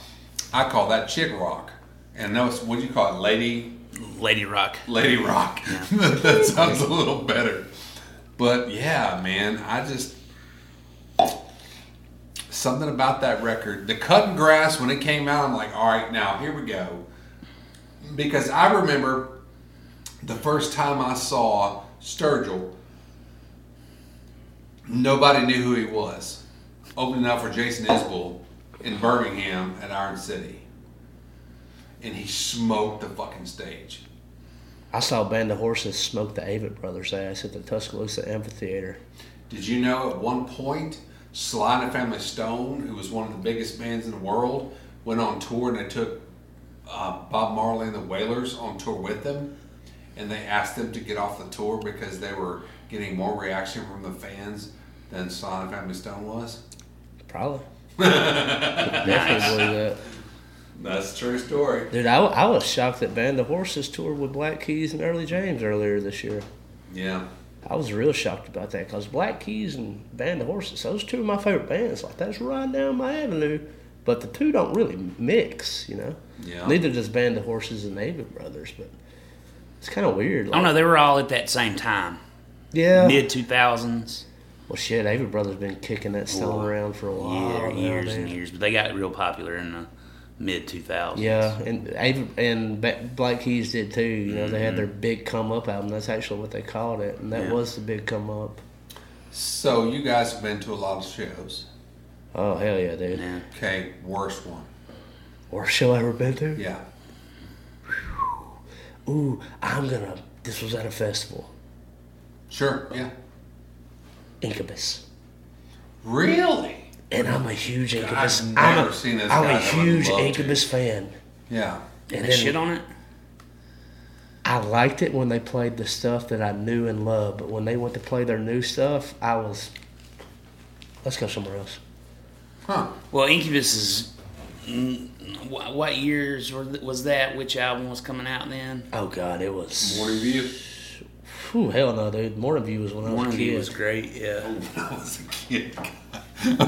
Speaker 4: I call that chick rock, and that was what do you call it, lady
Speaker 5: Lady Rock.
Speaker 4: Lady Rock. [LAUGHS] that sounds a little better. But yeah, man, I just something about that record. The cutting grass when it came out, I'm like, all right, now here we go. Because I remember the first time I saw Sturgill, nobody knew who he was. Opening up for Jason Isbell in Birmingham at Iron City. And he smoked the fucking stage.
Speaker 3: I saw a band of horses smoke the Avett Brothers ass at the Tuscaloosa Amphitheater.
Speaker 4: Did you know at one point Sly and the Family Stone, who was one of the biggest bands in the world, went on tour and they took uh, Bob Marley and the Wailers on tour with them, and they asked them to get off the tour because they were getting more reaction from the fans than Sly and the Family Stone was.
Speaker 3: Probably. Definitely believe that.
Speaker 4: That's a true story.
Speaker 3: Dude, I, I was shocked that Band of Horses toured with Black Keys and Early James earlier this year.
Speaker 4: Yeah.
Speaker 3: I was real shocked about that because Black Keys and Band of Horses, those two are my favorite bands. Like, that's right down my avenue. But the two don't really mix, you know.
Speaker 4: Yeah.
Speaker 3: Neither does Band of Horses and David Brothers, but it's kind of weird.
Speaker 5: I don't know. They were all at that same time,
Speaker 3: Yeah.
Speaker 5: mid two thousands.
Speaker 3: Well, shit, David Brothers been kicking that stone around for a
Speaker 5: Yeah,
Speaker 3: while. now,
Speaker 5: years
Speaker 3: dude.
Speaker 5: and years, but they got real popular in the mid two thousands.
Speaker 3: Yeah, and Ava- and Ba- Black Keys did too. You know, they had
Speaker 4: Mm-hmm.
Speaker 3: their big come up album. That's actually what they called it, and that
Speaker 5: Yeah.
Speaker 3: was the big come up.
Speaker 4: So you guys have been to a lot of shows.
Speaker 3: Oh hell yeah, dude!
Speaker 5: Yeah.
Speaker 4: Okay, worst one.
Speaker 3: Worst show I ever been to.
Speaker 4: Yeah.
Speaker 3: Ooh, I'm gonna. This was at a festival.
Speaker 4: Sure. Yeah.
Speaker 3: Incubus.
Speaker 4: Really?
Speaker 3: And I'm a huge Incubus.
Speaker 4: I've
Speaker 3: I'm
Speaker 4: never
Speaker 3: a,
Speaker 4: seen this
Speaker 3: I'm
Speaker 4: guy. I
Speaker 3: a
Speaker 4: would
Speaker 3: huge
Speaker 4: love to.
Speaker 3: Incubus fan.
Speaker 4: Yeah.
Speaker 3: And
Speaker 5: They shit
Speaker 3: then
Speaker 5: on it.
Speaker 3: I liked it when they played the stuff that I knew and loved, but when they went to play their new stuff, I was, let's go somewhere else.
Speaker 4: Huh.
Speaker 5: Well, Incubus is. mm, wh- What years were th- was that? Which album was coming out then?
Speaker 3: Oh God, it was.
Speaker 4: Morning View.
Speaker 3: Phew, hell no, dude. Morning View was when I was
Speaker 5: One
Speaker 3: a
Speaker 5: of
Speaker 3: kid.
Speaker 5: you was
Speaker 3: [LAUGHS]
Speaker 5: great. Yeah.
Speaker 4: [LAUGHS] When I was a kid.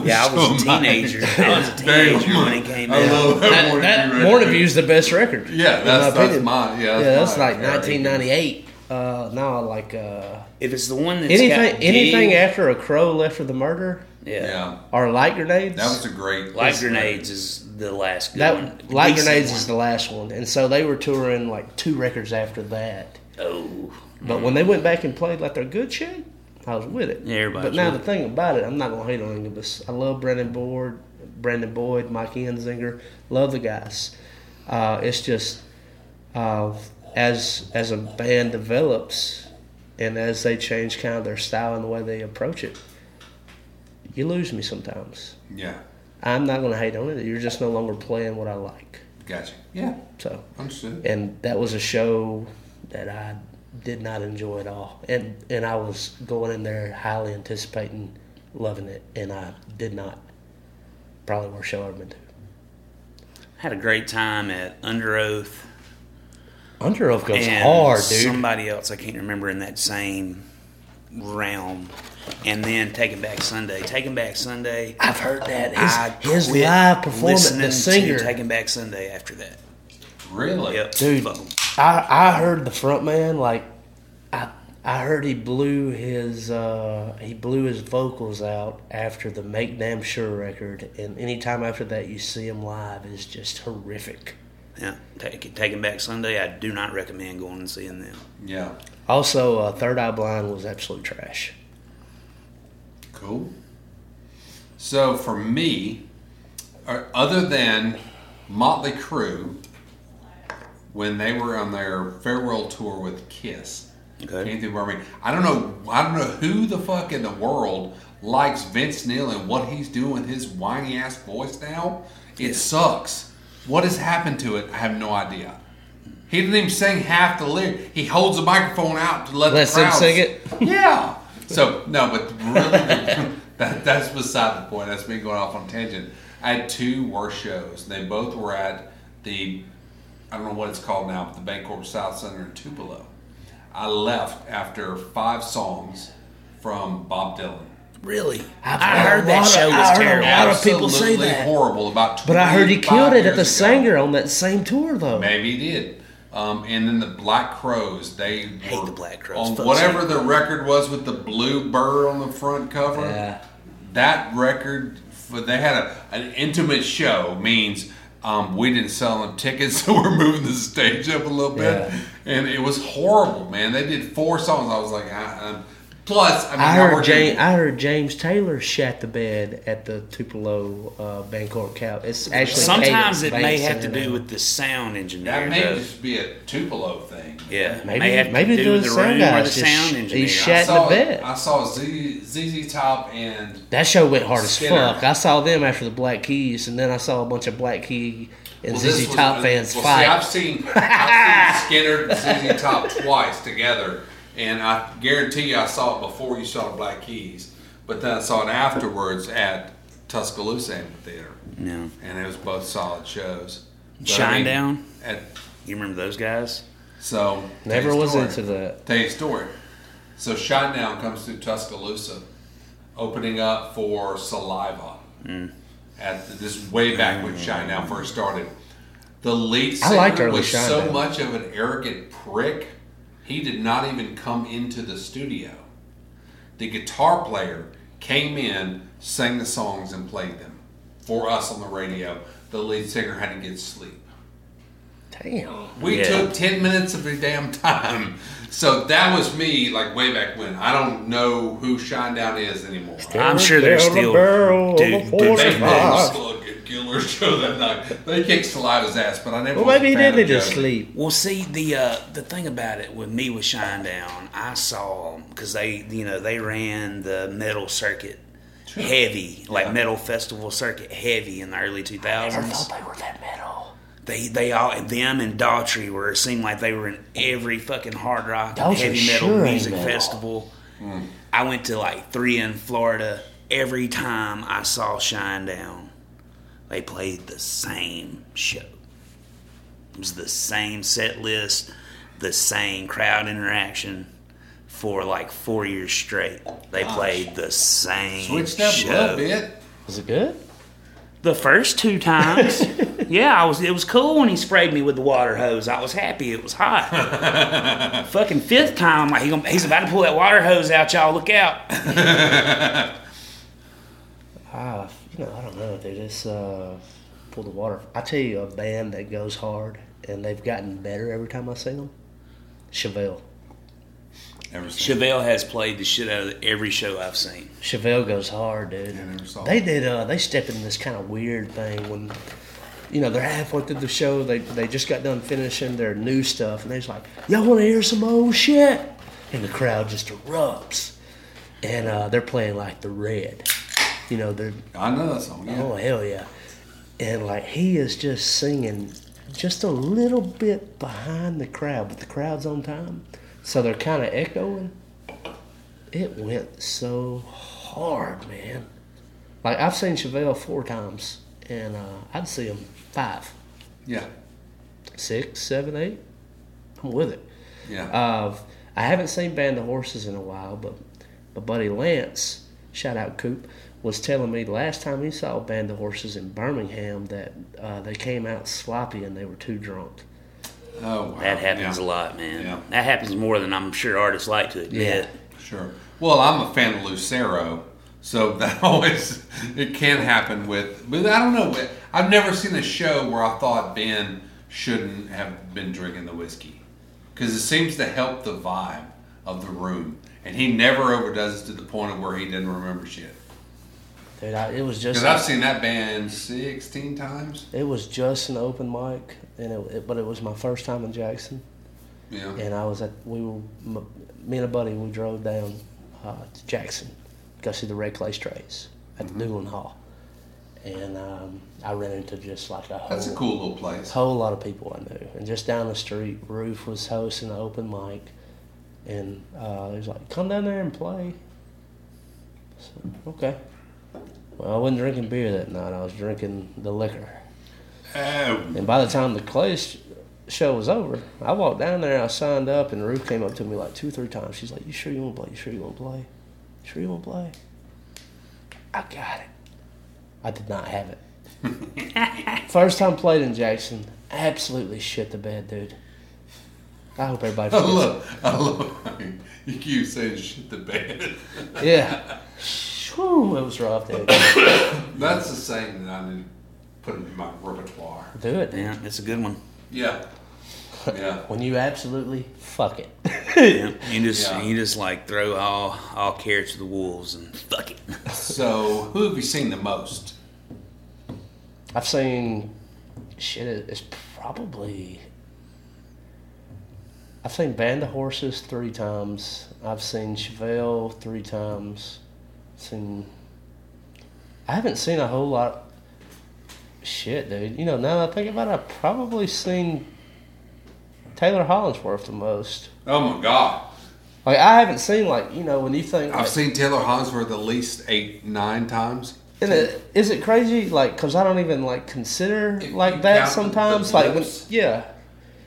Speaker 5: Yeah, I
Speaker 4: so
Speaker 3: Oh
Speaker 5: was a
Speaker 4: mad.
Speaker 5: teenager. I was a
Speaker 4: Damn.
Speaker 5: teenager when it came
Speaker 4: I
Speaker 5: out.
Speaker 4: love that,
Speaker 3: that,
Speaker 4: Morning
Speaker 3: that
Speaker 4: View. record.
Speaker 3: Morning View's the best record.
Speaker 4: Yeah,
Speaker 3: in my
Speaker 4: that's- that's
Speaker 3: opinion.
Speaker 4: mine. Yeah, that's
Speaker 3: yeah, that's
Speaker 4: mine.
Speaker 3: like
Speaker 4: Yeah,
Speaker 3: 1998. Uh, now I like uh,
Speaker 5: If it's the one that's
Speaker 3: anything
Speaker 5: got
Speaker 3: anything
Speaker 5: Dig,
Speaker 3: after a crow left for the murder
Speaker 5: yeah.
Speaker 4: Yeah.
Speaker 3: or light grenades.
Speaker 4: That was a great.
Speaker 5: Light grenades is the last good one.
Speaker 3: that light
Speaker 5: Decent
Speaker 3: grenades
Speaker 5: one.
Speaker 3: is the last one, and so they were touring like two records after that.
Speaker 5: oh
Speaker 3: But when they went back and played like their good shit, I was with it.
Speaker 5: Yeah, everybody's
Speaker 3: But now
Speaker 5: with
Speaker 3: the thing about it, I'm not gonna hate on Incubus. I love Brandon Boyd, Brandon Boyd, Mike Enzinger, love the guys. Uh, it's just uh, as as a band develops and as they change kind of their style and the way they approach it, you lose me sometimes.
Speaker 4: Yeah.
Speaker 3: I'm not gonna hate on it. You're just no longer playing what I like.
Speaker 4: Gotcha. Yeah.
Speaker 3: So
Speaker 4: Understood.
Speaker 3: and that was a show that I did not enjoy at all. And and I was going in there highly anticipating loving it, and I did not. Probably worst show I've ever been to.
Speaker 5: had a great time at Under Oath.
Speaker 3: Under Oath goes
Speaker 5: and
Speaker 3: hard, dude.
Speaker 5: Somebody else I can't remember in that same realm. And then Taking Back Sunday. Taking Back Sunday.
Speaker 3: I've heard that
Speaker 5: I
Speaker 3: his, his
Speaker 5: quit
Speaker 3: live performance,
Speaker 5: listening
Speaker 3: the singer.
Speaker 5: To Taking Back Sunday after that.
Speaker 4: Really?
Speaker 5: Yep.
Speaker 3: Dude.
Speaker 5: Fuck 'em.
Speaker 3: I I heard the front man like I I heard he blew his uh, he blew his vocals out after the Make Damn Sure record, and any time after that you see him live is just horrific.
Speaker 5: Yeah. Take, Taking Back Sunday. I do not recommend going and seeing them.
Speaker 4: Yeah.
Speaker 3: Also, uh, Third Eye Blind was absolute trash.
Speaker 4: Cool. So for me, or- other than Motley Crue, when they were on their farewell tour with Kiss,
Speaker 5: Okay.
Speaker 4: came through Birmingham. I don't know. I don't know who the fuck in the world likes Vince Neil and what he's doing with his whiny ass voice now. It sucks. What has happened to it? I have no idea. He didn't even sing half the lyric. He holds the microphone out to let
Speaker 3: Lets
Speaker 4: the
Speaker 3: them
Speaker 4: crowd
Speaker 3: sing it? [LAUGHS]
Speaker 4: Yeah. So no, but really, [LAUGHS] that, that's beside the point. That's me going off on a tangent. I had two worst shows. They both were at the I don't know what it's called now, but the Bancorp South Center in Tupelo. I left after five songs from Bob Dylan.
Speaker 5: Really? I heard that show was terrible.
Speaker 3: lot of people say
Speaker 4: Absolutely
Speaker 3: that.
Speaker 4: horrible. About
Speaker 3: But I heard he
Speaker 4: 25
Speaker 3: killed it at
Speaker 4: years
Speaker 3: the
Speaker 4: ago.
Speaker 3: Sanger on that same tour, though.
Speaker 4: Maybe he did. Um, and then the Black Crows, they hate
Speaker 5: the Black Crows.
Speaker 4: on
Speaker 5: Fuck
Speaker 4: whatever
Speaker 5: Saint
Speaker 4: the record was with the blue bird on the front cover.
Speaker 3: Yeah.
Speaker 4: That record, for, they had a, an intimate show means um, we didn't sell them tickets, [LAUGHS] so we're moving the stage up a little bit,
Speaker 3: Yeah.
Speaker 4: and it was horrible, man. They did four songs. I was like, I, um, plus, I mean,
Speaker 3: I
Speaker 4: I
Speaker 3: heard
Speaker 4: worked
Speaker 3: James.
Speaker 4: in-
Speaker 3: I heard James Taylor shat the bed at the Tupelo uh, Bancorp Cow. It's actually
Speaker 5: Sometimes
Speaker 3: Cadence
Speaker 5: it
Speaker 3: Banks
Speaker 5: may have to
Speaker 3: singing
Speaker 5: do
Speaker 3: it.
Speaker 5: with the sound engineer.
Speaker 4: that may
Speaker 5: though.
Speaker 4: just be a Tupelo thing.
Speaker 5: Yeah,
Speaker 3: Maybe-
Speaker 5: may have
Speaker 3: maybe
Speaker 5: to
Speaker 3: the
Speaker 5: do with the
Speaker 3: sound
Speaker 5: room or the
Speaker 3: guys just-
Speaker 5: sound
Speaker 3: he
Speaker 5: engineer.
Speaker 4: I
Speaker 3: shat- At the
Speaker 4: saw,
Speaker 3: bed.
Speaker 4: I saw Z, ZZ Top and
Speaker 3: that show went hard as
Speaker 4: Skinner.
Speaker 3: fuck. I saw them after the Black Keys, and then I saw a bunch of Black Key and
Speaker 4: Well, this
Speaker 3: ZZ
Speaker 4: was-
Speaker 3: Top fans
Speaker 4: well,
Speaker 3: fight.
Speaker 4: See, I've
Speaker 3: [LAUGHS]
Speaker 4: seen, I've seen Skinner and ZZ Top twice together, and I guarantee you I saw it before you saw the Black Keys, but then I saw it afterwards at Tuscaloosa Amphitheater,
Speaker 5: Yeah.
Speaker 4: and it was both solid shows. But,
Speaker 5: Shinedown?
Speaker 4: at,
Speaker 5: You remember those guys?
Speaker 4: so tell
Speaker 3: Never
Speaker 4: you a
Speaker 3: was
Speaker 4: story.
Speaker 3: into that.
Speaker 4: Tell you a story. So
Speaker 3: Mm.
Speaker 4: Shinedown comes through Tuscaloosa, opening up for Saliva. at this is way back when Shy Now first started. The lead
Speaker 3: I
Speaker 4: singer
Speaker 3: like early
Speaker 4: was
Speaker 3: Chi
Speaker 4: so
Speaker 3: Now.
Speaker 4: much of an arrogant prick, he did not even come into the studio. The guitar player came in, sang the songs, and played them for us on the radio. The lead singer had to get sleep.
Speaker 3: Damn.
Speaker 4: We
Speaker 5: Yeah.
Speaker 4: took 10 minutes of your damn time. So that was me, like, way back when. I don't know who Shinedown is anymore.
Speaker 5: I'm sure they're
Speaker 3: Down the
Speaker 5: still
Speaker 3: barrel of a
Speaker 5: dude, dude,
Speaker 4: They
Speaker 3: forty-five.
Speaker 4: did a killer show that night. They kicked Saliva's ass, but I never
Speaker 3: Well,
Speaker 4: was a
Speaker 3: maybe he
Speaker 4: fan
Speaker 3: did need
Speaker 4: of
Speaker 3: to
Speaker 4: Joey.
Speaker 3: sleep.
Speaker 5: Well, see the uh, the thing about it with me with Shinedown, I saw because they you know they ran the metal circuit heavy, like metal festival circuit heavy in the early two thousands.
Speaker 3: they were that metal.
Speaker 5: They they all them and Daughtry were it seemed like they were in every fucking hard rock and
Speaker 3: Those are
Speaker 5: heavy metal
Speaker 3: sure ain't
Speaker 5: music
Speaker 3: metal. Hmm.
Speaker 5: festival. I went to like three in Florida. Every time I saw Shinedown, they played the same show. It was the same set list, the same crowd interaction for like four years straight. They played the same
Speaker 4: Switched up
Speaker 5: show
Speaker 4: a little bit.
Speaker 3: Was it good?
Speaker 5: the first two
Speaker 4: [LAUGHS]
Speaker 5: times. yeah, I was. It was cool when he sprayed me with the water hose. I was happy. It was hot.
Speaker 4: [LAUGHS]
Speaker 5: Fucking fifth time, I'm like he gonna, he's about to pull that water hose out. Y'all look out.
Speaker 3: Ah, you know, I don't know, dude. It's uh, pull the water. I tell you, a band that goes hard and they've gotten better every time I sing them. Chevelle.
Speaker 4: Never seen
Speaker 5: Chevelle has played the shit out of every show I've seen.
Speaker 3: Chevelle goes hard, dude.
Speaker 4: I never saw
Speaker 3: they
Speaker 4: it.
Speaker 3: did. Uh, they stepped in this kind of weird thing when, you know, they're halfway through the show. They they just got done finishing their new stuff, and they're just like, "Y'all want to hear some old shit?" And the crowd just erupts, and uh, they're playing like the Red. You know, they're
Speaker 4: I know that song. Yeah.
Speaker 3: Oh hell yeah! And like he is just singing, just a little bit behind the crowd, but the crowd's on time, so they're kind of echoing. It went so hard, man. Like I've seen Chevelle four times, and uh, I'd see him five,
Speaker 4: yeah.
Speaker 3: six, seven, eight. I'm with it.
Speaker 4: Yeah.
Speaker 3: Uh, I haven't seen Band of Horses in a while, but my buddy Lance, shout out Coop, was telling me last time he saw Band of Horses in Birmingham that uh, they came out sloppy and they were too drunk.
Speaker 4: oh, wow.
Speaker 5: That happens
Speaker 4: Yeah.
Speaker 5: a lot, man.
Speaker 4: Yeah.
Speaker 5: That happens more than I'm sure artists like to admit.
Speaker 4: Sure. Well, I'm a fan of Lucero, so [LAUGHS] that always it can happen with. But I don't know. I've never seen a show where I thought Ben shouldn't have been drinking the whiskey because it seems to help the vibe of the room, and he never overdoes it to the point of where he didn't remember shit.
Speaker 3: Dude, I, it was just
Speaker 4: Because I've seen that band 16 times.
Speaker 3: it was just an open mic, and it, it- but it was my first time in Jackson,
Speaker 4: Yeah.
Speaker 3: and I was at we were m- me and a buddy we drove down uh, to Jackson, go see the Red Clay Strays at
Speaker 4: Mm-hmm.
Speaker 3: the Doolin Hall, and um, I ran into just like a whole
Speaker 4: That's a cool little place.
Speaker 3: [LAUGHS] whole lot of people I knew. And just down the street, Roof was hosting an open mic, and uh, he was like, "Come down there and play." I said, okay. Well, I wasn't drinking beer that night. I was drinking the liquor.
Speaker 4: Oh,
Speaker 3: And by the time the Clay sh- show was over, I walked down there. I signed up, and Roof came up to me like two, three times. She's like, "You sure you want to play? You sure you want to play? You sure you want to play?" I got it. I did not have it. First time played in Jackson, absolutely shit the bed, dude. I hope everybody.
Speaker 4: I
Speaker 3: Forgets.
Speaker 4: love, I love. You keep saying shit the bed.
Speaker 3: Yeah. Shoo, it was rough, dude.
Speaker 4: [LAUGHS] That's the saying that I need to put in my repertoire.
Speaker 3: Do it,
Speaker 5: Yeah,
Speaker 3: man.
Speaker 5: it's a good one.
Speaker 4: Yeah. Yeah.
Speaker 3: When you absolutely fuck it.
Speaker 5: Yeah. You just
Speaker 4: Yeah.
Speaker 5: you just like throw all all care to the wolves and fuck it.
Speaker 4: So, who have you seen the most?
Speaker 3: I've seen shit. it- It's probably I've seen Band of Horses three times. I've seen Chevelle three times. Seen I haven't seen a whole lot. Shit, dude. You know, now that I think about it, I've probably seen Taylor Hollinsworth the most.
Speaker 4: Oh my God.
Speaker 3: Like I haven't seen like you know when you think
Speaker 4: I've
Speaker 3: like,
Speaker 4: seen Taylor Hollinsworth at least eight, nine times.
Speaker 3: And it, is it crazy? Like, cause I don't even like consider
Speaker 4: If you
Speaker 3: like that
Speaker 4: count the-
Speaker 3: sometimes.
Speaker 4: the
Speaker 3: like, when,
Speaker 4: blips.
Speaker 3: yeah.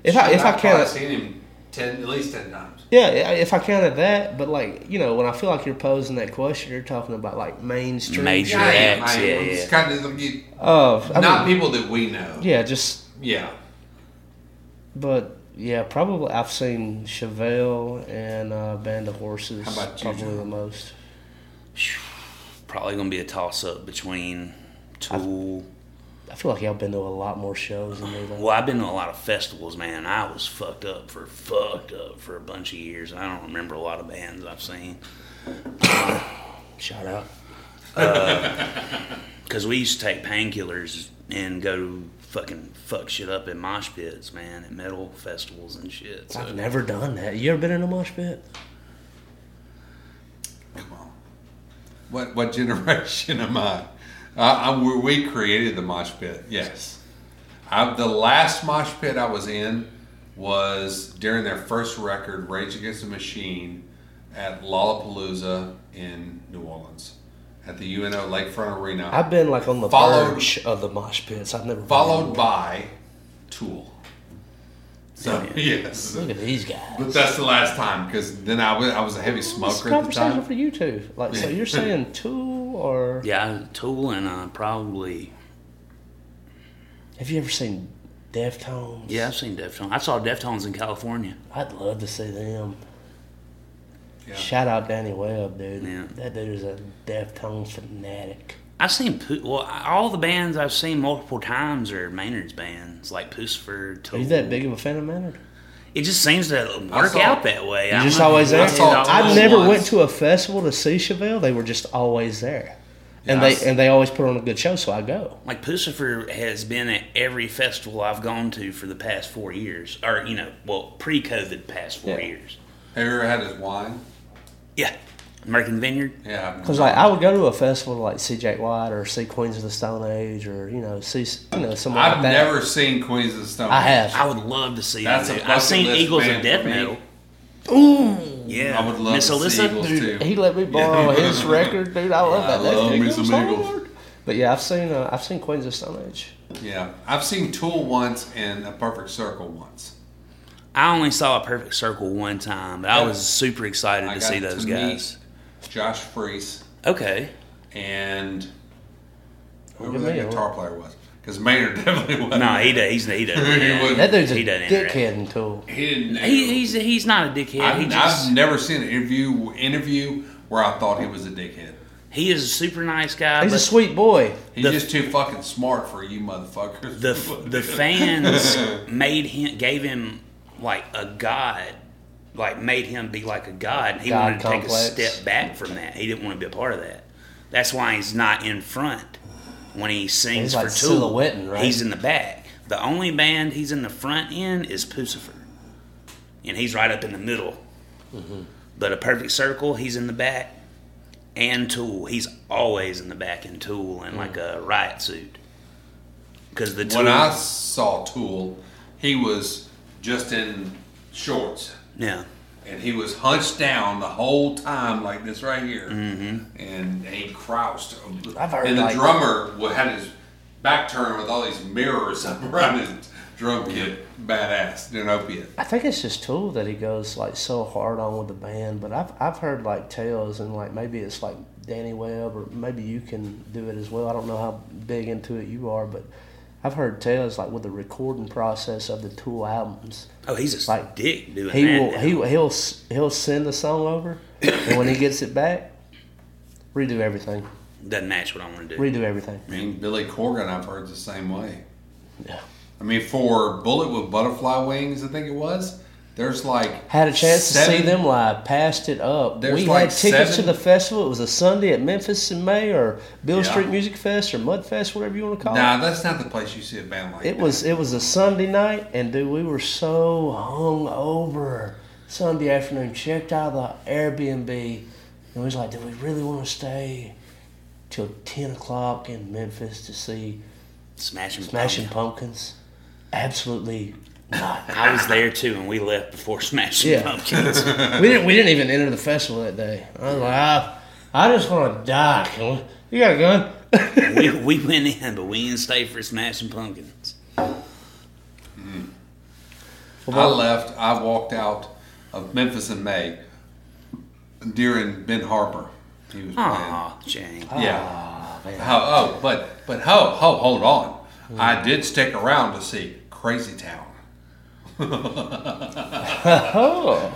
Speaker 3: If I if I
Speaker 4: I've probably
Speaker 3: can't,
Speaker 4: seen him ten, at least ten times.
Speaker 3: Yeah, i- if I counted that, but like you know, when I feel like you're posing that question, you're talking about like mainstream.
Speaker 5: Major
Speaker 4: Yeah,
Speaker 5: acts,
Speaker 4: I
Speaker 5: yeah,
Speaker 4: am.
Speaker 5: yeah.
Speaker 4: It's kind of like you-
Speaker 3: Of I mean,
Speaker 4: not people that we know.
Speaker 3: yeah, just
Speaker 4: Yeah.
Speaker 3: but yeah, probably I've seen Chevelle and uh, Band of Horses
Speaker 4: How about you,
Speaker 3: probably
Speaker 4: John?
Speaker 3: the most.
Speaker 5: [LAUGHS] Probably gonna be a toss up between Tool.
Speaker 3: I feel like y'all been to a lot more shows than me. though.
Speaker 5: Well, I've been to a lot of festivals, man. I was fucked up for fucked up for a bunch of years. I don't remember a lot of bands I've seen.
Speaker 3: Shout out.
Speaker 5: Cause we used to take painkillers and go fucking fuck shit up in mosh pits, man, at metal festivals and shit. So
Speaker 3: I've never done that. You ever been in a mosh pit?
Speaker 4: Come on. What what generation [LAUGHS] am I? Uh, I we- we created the mosh pit. Yes. I, the last mosh pit I was in was during their first record, Rage Against the Machine, at Lollapalooza in New Orleans, at the UNO Lakefront Arena.
Speaker 3: I've been like on the
Speaker 4: Followed-
Speaker 3: verge of the mosh pits. I've never been.
Speaker 4: followed by Tool. So [LAUGHS] yes,
Speaker 3: Look at these guys.
Speaker 4: but that's the last time because then I was I was a heavy
Speaker 3: This
Speaker 4: smoker at the
Speaker 3: conversation for
Speaker 4: time.
Speaker 3: you two. Like, so you're saying Tool or
Speaker 5: yeah, Tool and uh, probably
Speaker 3: have you ever seen Deftones?
Speaker 5: yeah, I've seen Deftones. I saw Deftones in California.
Speaker 3: I'd love to see them.
Speaker 4: Yeah.
Speaker 3: Shout out Danny Webb, dude.
Speaker 5: Yeah.
Speaker 3: That dude is a Deftones fanatic.
Speaker 5: I've seen Poo- well, all the bands I've seen multiple times are Maynard's bands, like Pusford.
Speaker 3: Are
Speaker 5: Tool.
Speaker 3: you that big of a fan of Maynard?
Speaker 5: It just seems to work
Speaker 4: saw-
Speaker 5: out that way.
Speaker 3: You just always
Speaker 4: I
Speaker 3: there.
Speaker 4: saw Tool
Speaker 3: I never
Speaker 4: once.
Speaker 3: went to a festival to see Chevelle. They were just always there, and
Speaker 4: Yeah, I
Speaker 3: they
Speaker 4: s-
Speaker 3: and they always put on a good show, so I go.
Speaker 5: Like Pucifer has been at every festival I've gone to for the past four years, or you know, well, pre-COVID past four
Speaker 3: Yeah.
Speaker 5: years.
Speaker 4: Have you ever had his wine?
Speaker 5: Yeah, American Vineyard.
Speaker 4: Yeah, I've-
Speaker 3: Because like I would go to a festival to like see Jack White or see Queens of the Stone Age or you know see you know someone
Speaker 4: I've
Speaker 3: like that.
Speaker 4: never seen Queens of the Stone.
Speaker 3: I have.
Speaker 5: I would love to see.
Speaker 4: That's
Speaker 5: them
Speaker 4: a
Speaker 5: do- I've seen
Speaker 4: bucket list
Speaker 5: Eagles of
Speaker 4: band
Speaker 5: Death
Speaker 4: for me.
Speaker 5: Metal. Ooh, yeah.
Speaker 4: I would love
Speaker 5: Miss
Speaker 4: to
Speaker 5: Alyssa,
Speaker 4: see Eagles
Speaker 5: dude,
Speaker 4: too.
Speaker 3: He let me borrow
Speaker 4: Yeah.
Speaker 3: his record, dude. I love
Speaker 4: I
Speaker 3: that. That's
Speaker 4: love me
Speaker 3: Eagles
Speaker 4: some
Speaker 3: Stone
Speaker 4: Eagles.
Speaker 3: Age. But yeah, I've seen uh, I've seen Queens of the Stone Age.
Speaker 4: Yeah, I've seen Tool once and A Perfect Circle once.
Speaker 5: I only saw a Perfect Circle one time, but I was super excited
Speaker 4: I
Speaker 5: to
Speaker 4: got
Speaker 5: see those
Speaker 4: to meet
Speaker 5: guys.
Speaker 4: Josh Freese
Speaker 5: Okay.
Speaker 4: and whoever
Speaker 3: Look at
Speaker 4: that
Speaker 3: me,
Speaker 4: guitar player was, because Maynard [LAUGHS] definitely was.
Speaker 5: No, he does. He's he
Speaker 4: [LAUGHS]
Speaker 5: doesn't.
Speaker 4: He wouldn't.
Speaker 3: That dude's a
Speaker 5: He doesn't interact.
Speaker 3: dickhead and tool.
Speaker 4: He didn't.
Speaker 5: He, he's he's not a dickhead.
Speaker 4: I've,
Speaker 5: he just
Speaker 4: I've never seen an interview interview where I thought he was a dickhead.
Speaker 5: he is a super nice guy.
Speaker 3: He's
Speaker 5: but
Speaker 3: a sweet boy.
Speaker 4: He's
Speaker 5: The-
Speaker 4: just too fucking smart for you motherfuckers. [LAUGHS]
Speaker 5: the the fans made him gave him like a god, like made him be like a god. And he
Speaker 3: God
Speaker 5: wanted to
Speaker 3: complex.
Speaker 5: take a step back from that. He didn't want to be a part of that. That's why he's not in front when he sings
Speaker 3: He's like
Speaker 5: for Tool.
Speaker 3: silhouetting, right?
Speaker 5: He's in the back. The only band he's in the front in is Pucifer, and he's right up in the middle. But a perfect circle, he's in the back. And Tool, he's always in the back in Tool in like
Speaker 3: Hmm.
Speaker 5: a riot suit. Because the Tool,
Speaker 4: when I saw Tool, he was just in shorts
Speaker 5: yeah,
Speaker 4: and he was hunched down the whole time like this right here, and he crouched.
Speaker 3: I've heard
Speaker 4: and the
Speaker 3: like-
Speaker 4: drummer wa- had his back turned with all these mirrors [LAUGHS] up around his drum kit. Badass, an opiate.
Speaker 3: I think it's just Tool that he goes like so hard on with the band, but I've I've heard like tales and like maybe it's like Danny Webb or maybe you can do it as well. I don't know how big into it you are, but I've heard tales like with the recording process of the Tool albums.
Speaker 5: Oh, he's a
Speaker 3: Like,
Speaker 5: dick doing
Speaker 3: He
Speaker 5: that.
Speaker 3: will
Speaker 5: now.
Speaker 3: he will- he'll s- he'll send the song over, and when he gets it back, redo everything,
Speaker 5: doesn't match what I want to do.
Speaker 3: redo everything.
Speaker 4: I mean, Billy Corgan, I've heard the same way.
Speaker 3: Yeah.
Speaker 4: I mean, for Bullet with Butterfly Wings, I think it was. There's like
Speaker 3: Had a chance to
Speaker 4: seven-
Speaker 3: see them live. Passed it up.
Speaker 4: There's
Speaker 3: we
Speaker 4: like
Speaker 3: had tickets
Speaker 4: seven-
Speaker 3: to the festival. It was a Sunday at Memphis in May, or Bill
Speaker 4: Yeah.
Speaker 3: Street Music Fest, or Mud Fest, whatever you want to call
Speaker 4: Nah,
Speaker 3: it.
Speaker 4: that's not the place you see a band like
Speaker 3: It
Speaker 4: that.
Speaker 3: was it was a Sunday night, and dude, we were so hung over. Sunday afternoon, checked out of the Airbnb, and we was like, "Do we really want to stay till ten o'clock in Memphis to see
Speaker 5: Smashing,
Speaker 3: Smashing
Speaker 5: Pumpkins.
Speaker 3: Pumpkins?" Absolutely not.
Speaker 5: I was there too, and we left before [LAUGHS] Smashing
Speaker 3: Yeah.
Speaker 5: [LAUGHS]
Speaker 3: [LAUGHS]
Speaker 5: Pumpkins.
Speaker 3: We didn't. We didn't even enter the festival that day. I was like, I, I just want to die. Can we- You got a gun?
Speaker 5: we, we went in, but we didn't stay for Smashing Pumpkins.
Speaker 4: I left. I walked out of Memphis in May during Ben Harper. He was playing.
Speaker 5: Aw, Jane.
Speaker 4: Yeah. How, oh, but but ho ho hold on. I did stick around to see Crazy Town.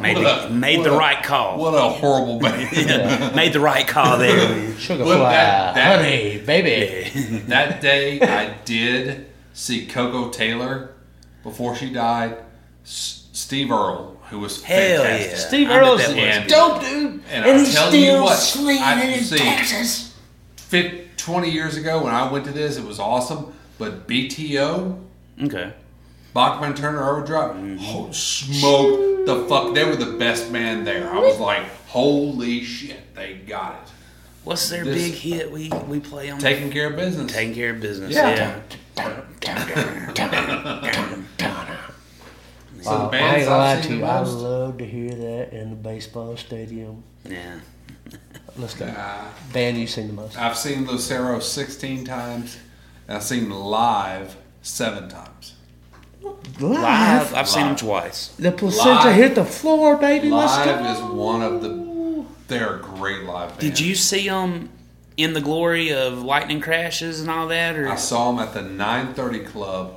Speaker 5: Made, the, made the right call.
Speaker 4: What a horrible
Speaker 5: [LAUGHS]
Speaker 4: band.
Speaker 5: Made the right
Speaker 4: [LAUGHS]
Speaker 5: call there. man.
Speaker 3: Sugar
Speaker 4: Well, that-
Speaker 3: fly,
Speaker 4: that-
Speaker 3: honey, baby.
Speaker 4: That day, I did see Coco Taylor before she died. S- Steve Earl, who was
Speaker 5: Hell
Speaker 4: fantastic.
Speaker 5: yeah.
Speaker 3: Steve
Speaker 5: I bet
Speaker 3: Earl's
Speaker 5: that was
Speaker 4: And-
Speaker 5: good.
Speaker 3: dope, dude.
Speaker 4: And,
Speaker 5: And
Speaker 4: I'll
Speaker 5: he's
Speaker 4: tell you
Speaker 5: still
Speaker 4: what,
Speaker 5: slinging
Speaker 4: I
Speaker 5: it in
Speaker 4: see,
Speaker 5: Texas.
Speaker 4: fif- 20 years ago when I went to this, it was awesome. But BTO,
Speaker 5: Okay.
Speaker 4: Bachman Turner Overdrive,
Speaker 3: Mm-hmm.
Speaker 4: ho- smoked the fuck. They were the best man there. I was like, holy shit, they got it.
Speaker 5: What's their
Speaker 4: This-
Speaker 5: big hit we, we play on?
Speaker 4: Taking care of business.
Speaker 5: Taking care of business.
Speaker 4: Yeah.
Speaker 5: Yeah.
Speaker 4: [LAUGHS] so the
Speaker 3: I
Speaker 4: bands
Speaker 3: ain't gonna lie to
Speaker 4: I've seen
Speaker 3: you.
Speaker 4: the
Speaker 3: I
Speaker 4: most-
Speaker 3: love to hear that in the baseball stadium.
Speaker 5: Yeah.
Speaker 3: Let's go. Band you sing the most.
Speaker 4: I've seen Lucero 16 times, and I've seen live seven times.
Speaker 5: Live. I've seen them twice.
Speaker 3: The placenta
Speaker 4: Live.
Speaker 3: hit the floor, baby. Let's go.
Speaker 4: Live is one of the. They're a great live band.
Speaker 5: Did you see them in the glory of lightning crashes and all that? Or
Speaker 4: I saw him at the 9:30 club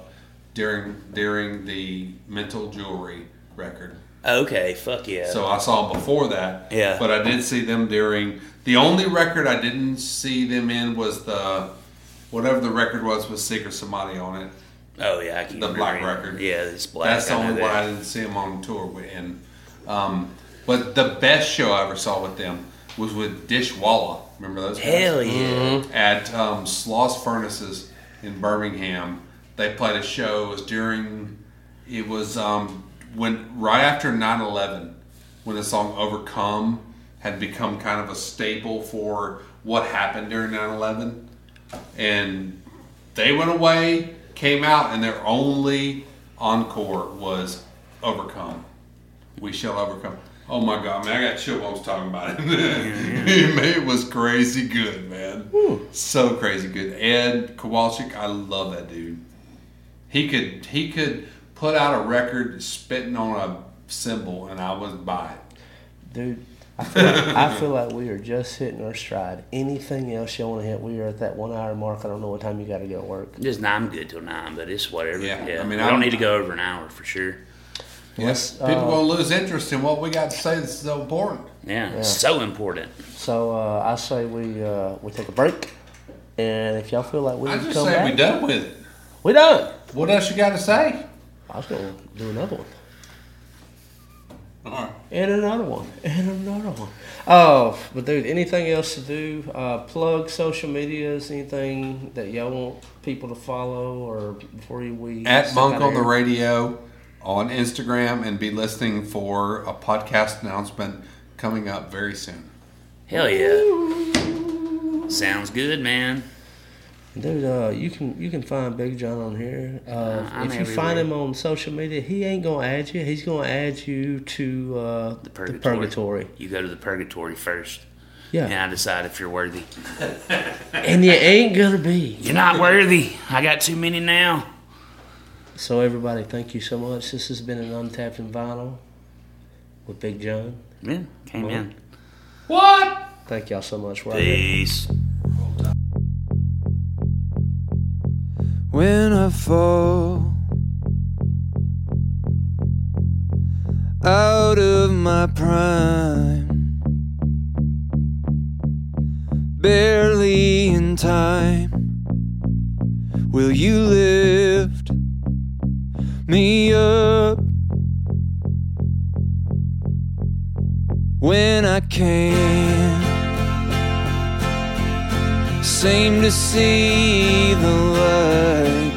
Speaker 4: during during the Mental Jewelry record.
Speaker 5: okay, fuck yeah.
Speaker 4: So I saw him before that.
Speaker 5: Yeah.
Speaker 4: But I did see them during the only record I didn't see them in was the whatever the record was with Secret Samadhi on it.
Speaker 5: oh yeah, I can
Speaker 4: the black record.
Speaker 5: Yeah, it's black.
Speaker 4: That's the
Speaker 5: I know
Speaker 4: only
Speaker 5: that.
Speaker 4: one I didn't see him on tour with. And, um, but the best show I ever saw with them was with Dishwalla. Remember those? guys?
Speaker 5: Hell yeah.
Speaker 4: at um, Sloss Furnaces in Birmingham. They played a show. It was during, it was um, when right after 9/11, when the song "Overcome" had become kind of a staple for what happened during 9/11, and they went away, came out, and their only encore was "Overcome." We shall overcome. Oh my god, man! I got chills talking about it. [LAUGHS] it was crazy good, man. So crazy good. Ed Kowalczyk, I love that dude. He could he could put out a record spitting on a cymbal, and I was by it.
Speaker 3: Dude, I feel, like, I feel like we are just hitting our stride. Anything else you want to hit, we are at that one hour mark. I don't know what time you got to go to work.
Speaker 5: Just nah, I'm good till nine, but it's whatever.
Speaker 4: Yeah,
Speaker 5: Yeah,
Speaker 4: I
Speaker 5: I
Speaker 4: mean,
Speaker 5: mean, I don't
Speaker 4: I'm-
Speaker 5: need to go over an hour for sure.
Speaker 4: Yes, people
Speaker 3: uh,
Speaker 4: gonna lose interest in what we got to say. That's so important.
Speaker 5: Yeah, so important.
Speaker 3: So uh, I say we uh, we take a break, and if y'all feel like we
Speaker 4: I
Speaker 3: need to
Speaker 4: just
Speaker 3: come
Speaker 4: say
Speaker 3: back,
Speaker 4: we done with it.
Speaker 3: we done.
Speaker 4: What else you got to say?
Speaker 3: I was gonna do another one.
Speaker 4: All right.
Speaker 3: And another one, and another one. Oh, but dude, anything else to do? Uh, plug social medias, anything that y'all want people to follow, or before you we
Speaker 4: at
Speaker 3: step
Speaker 4: Monk
Speaker 3: out
Speaker 4: on the
Speaker 3: here?
Speaker 4: Radio on Instagram and be listening for a podcast announcement coming up very soon.
Speaker 5: Hell yeah. Sounds good, man.
Speaker 3: Dude, uh, you can you can find Big John on here. Uh,
Speaker 5: I'm
Speaker 3: if you find
Speaker 5: everywhere.
Speaker 3: him on social media, he ain't gonna add you. He's gonna add you to uh, the,
Speaker 5: Purgatory.
Speaker 3: purgatory.
Speaker 5: You go to the purgatory first,
Speaker 3: Yeah,
Speaker 5: and I decide if you're worthy.
Speaker 3: and you ain't gonna be.
Speaker 5: You're not worthy. I got too many now.
Speaker 3: So everybody, thank you so much. This has been an untapped and vinyl with Big John.
Speaker 5: Yeah, came in.
Speaker 3: Thank y'all so much. We're out here.
Speaker 5: Peace.
Speaker 6: When I fall out of my prime, barely in time, will you lift me up? When I can't seem to see the light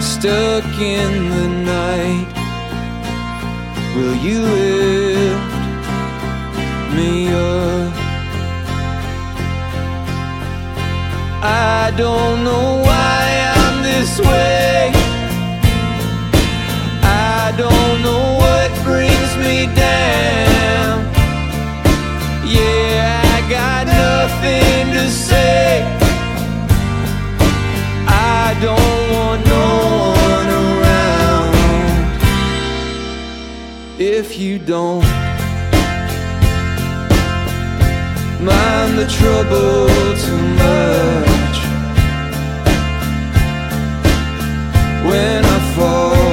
Speaker 6: stuck in the night will you lift me up I don't know why I'm this way I don't know what brings me down yeah, I got nothing to say. I don't want no one around.
Speaker 8: if you don't mind the trouble too much. When I fall,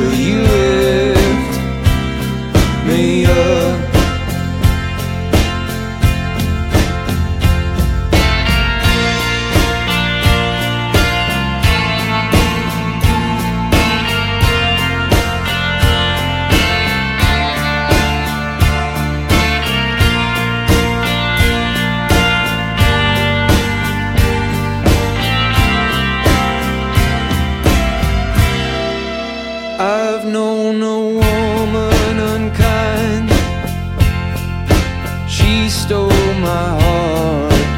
Speaker 8: will you lift me up? I've known a woman unkind. She stole my heart.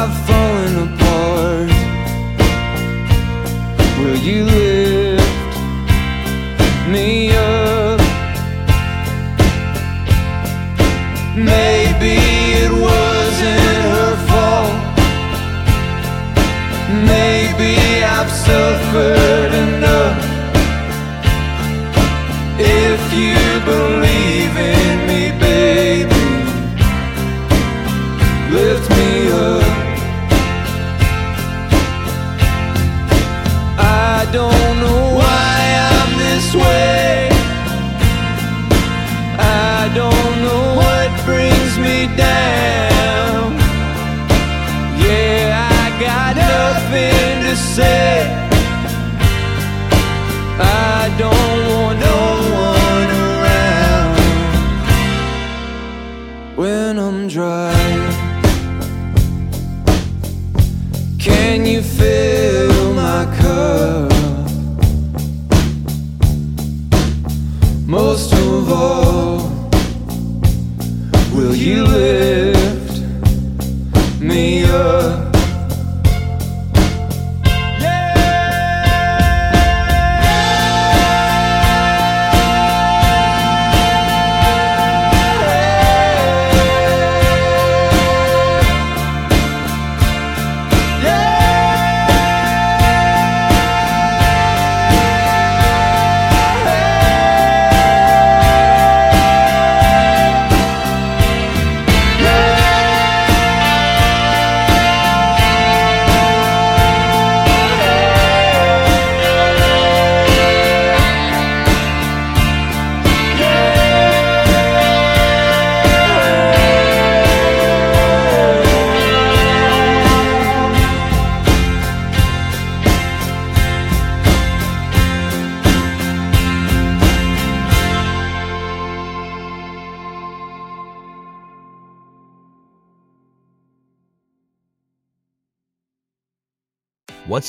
Speaker 8: I've fallen apart. Will you lift me up? Maybe it wasn't her fault. Maybe I've suffered enough. If you believe in me, baby, lift me up. I don't know why I'm this way. I don't know what brings me down. Yeah, I got nothing to say. I don't want no one around when I'm dry. Can you fill my cup? Most of all, will you lift? me up.
Speaker 9: What's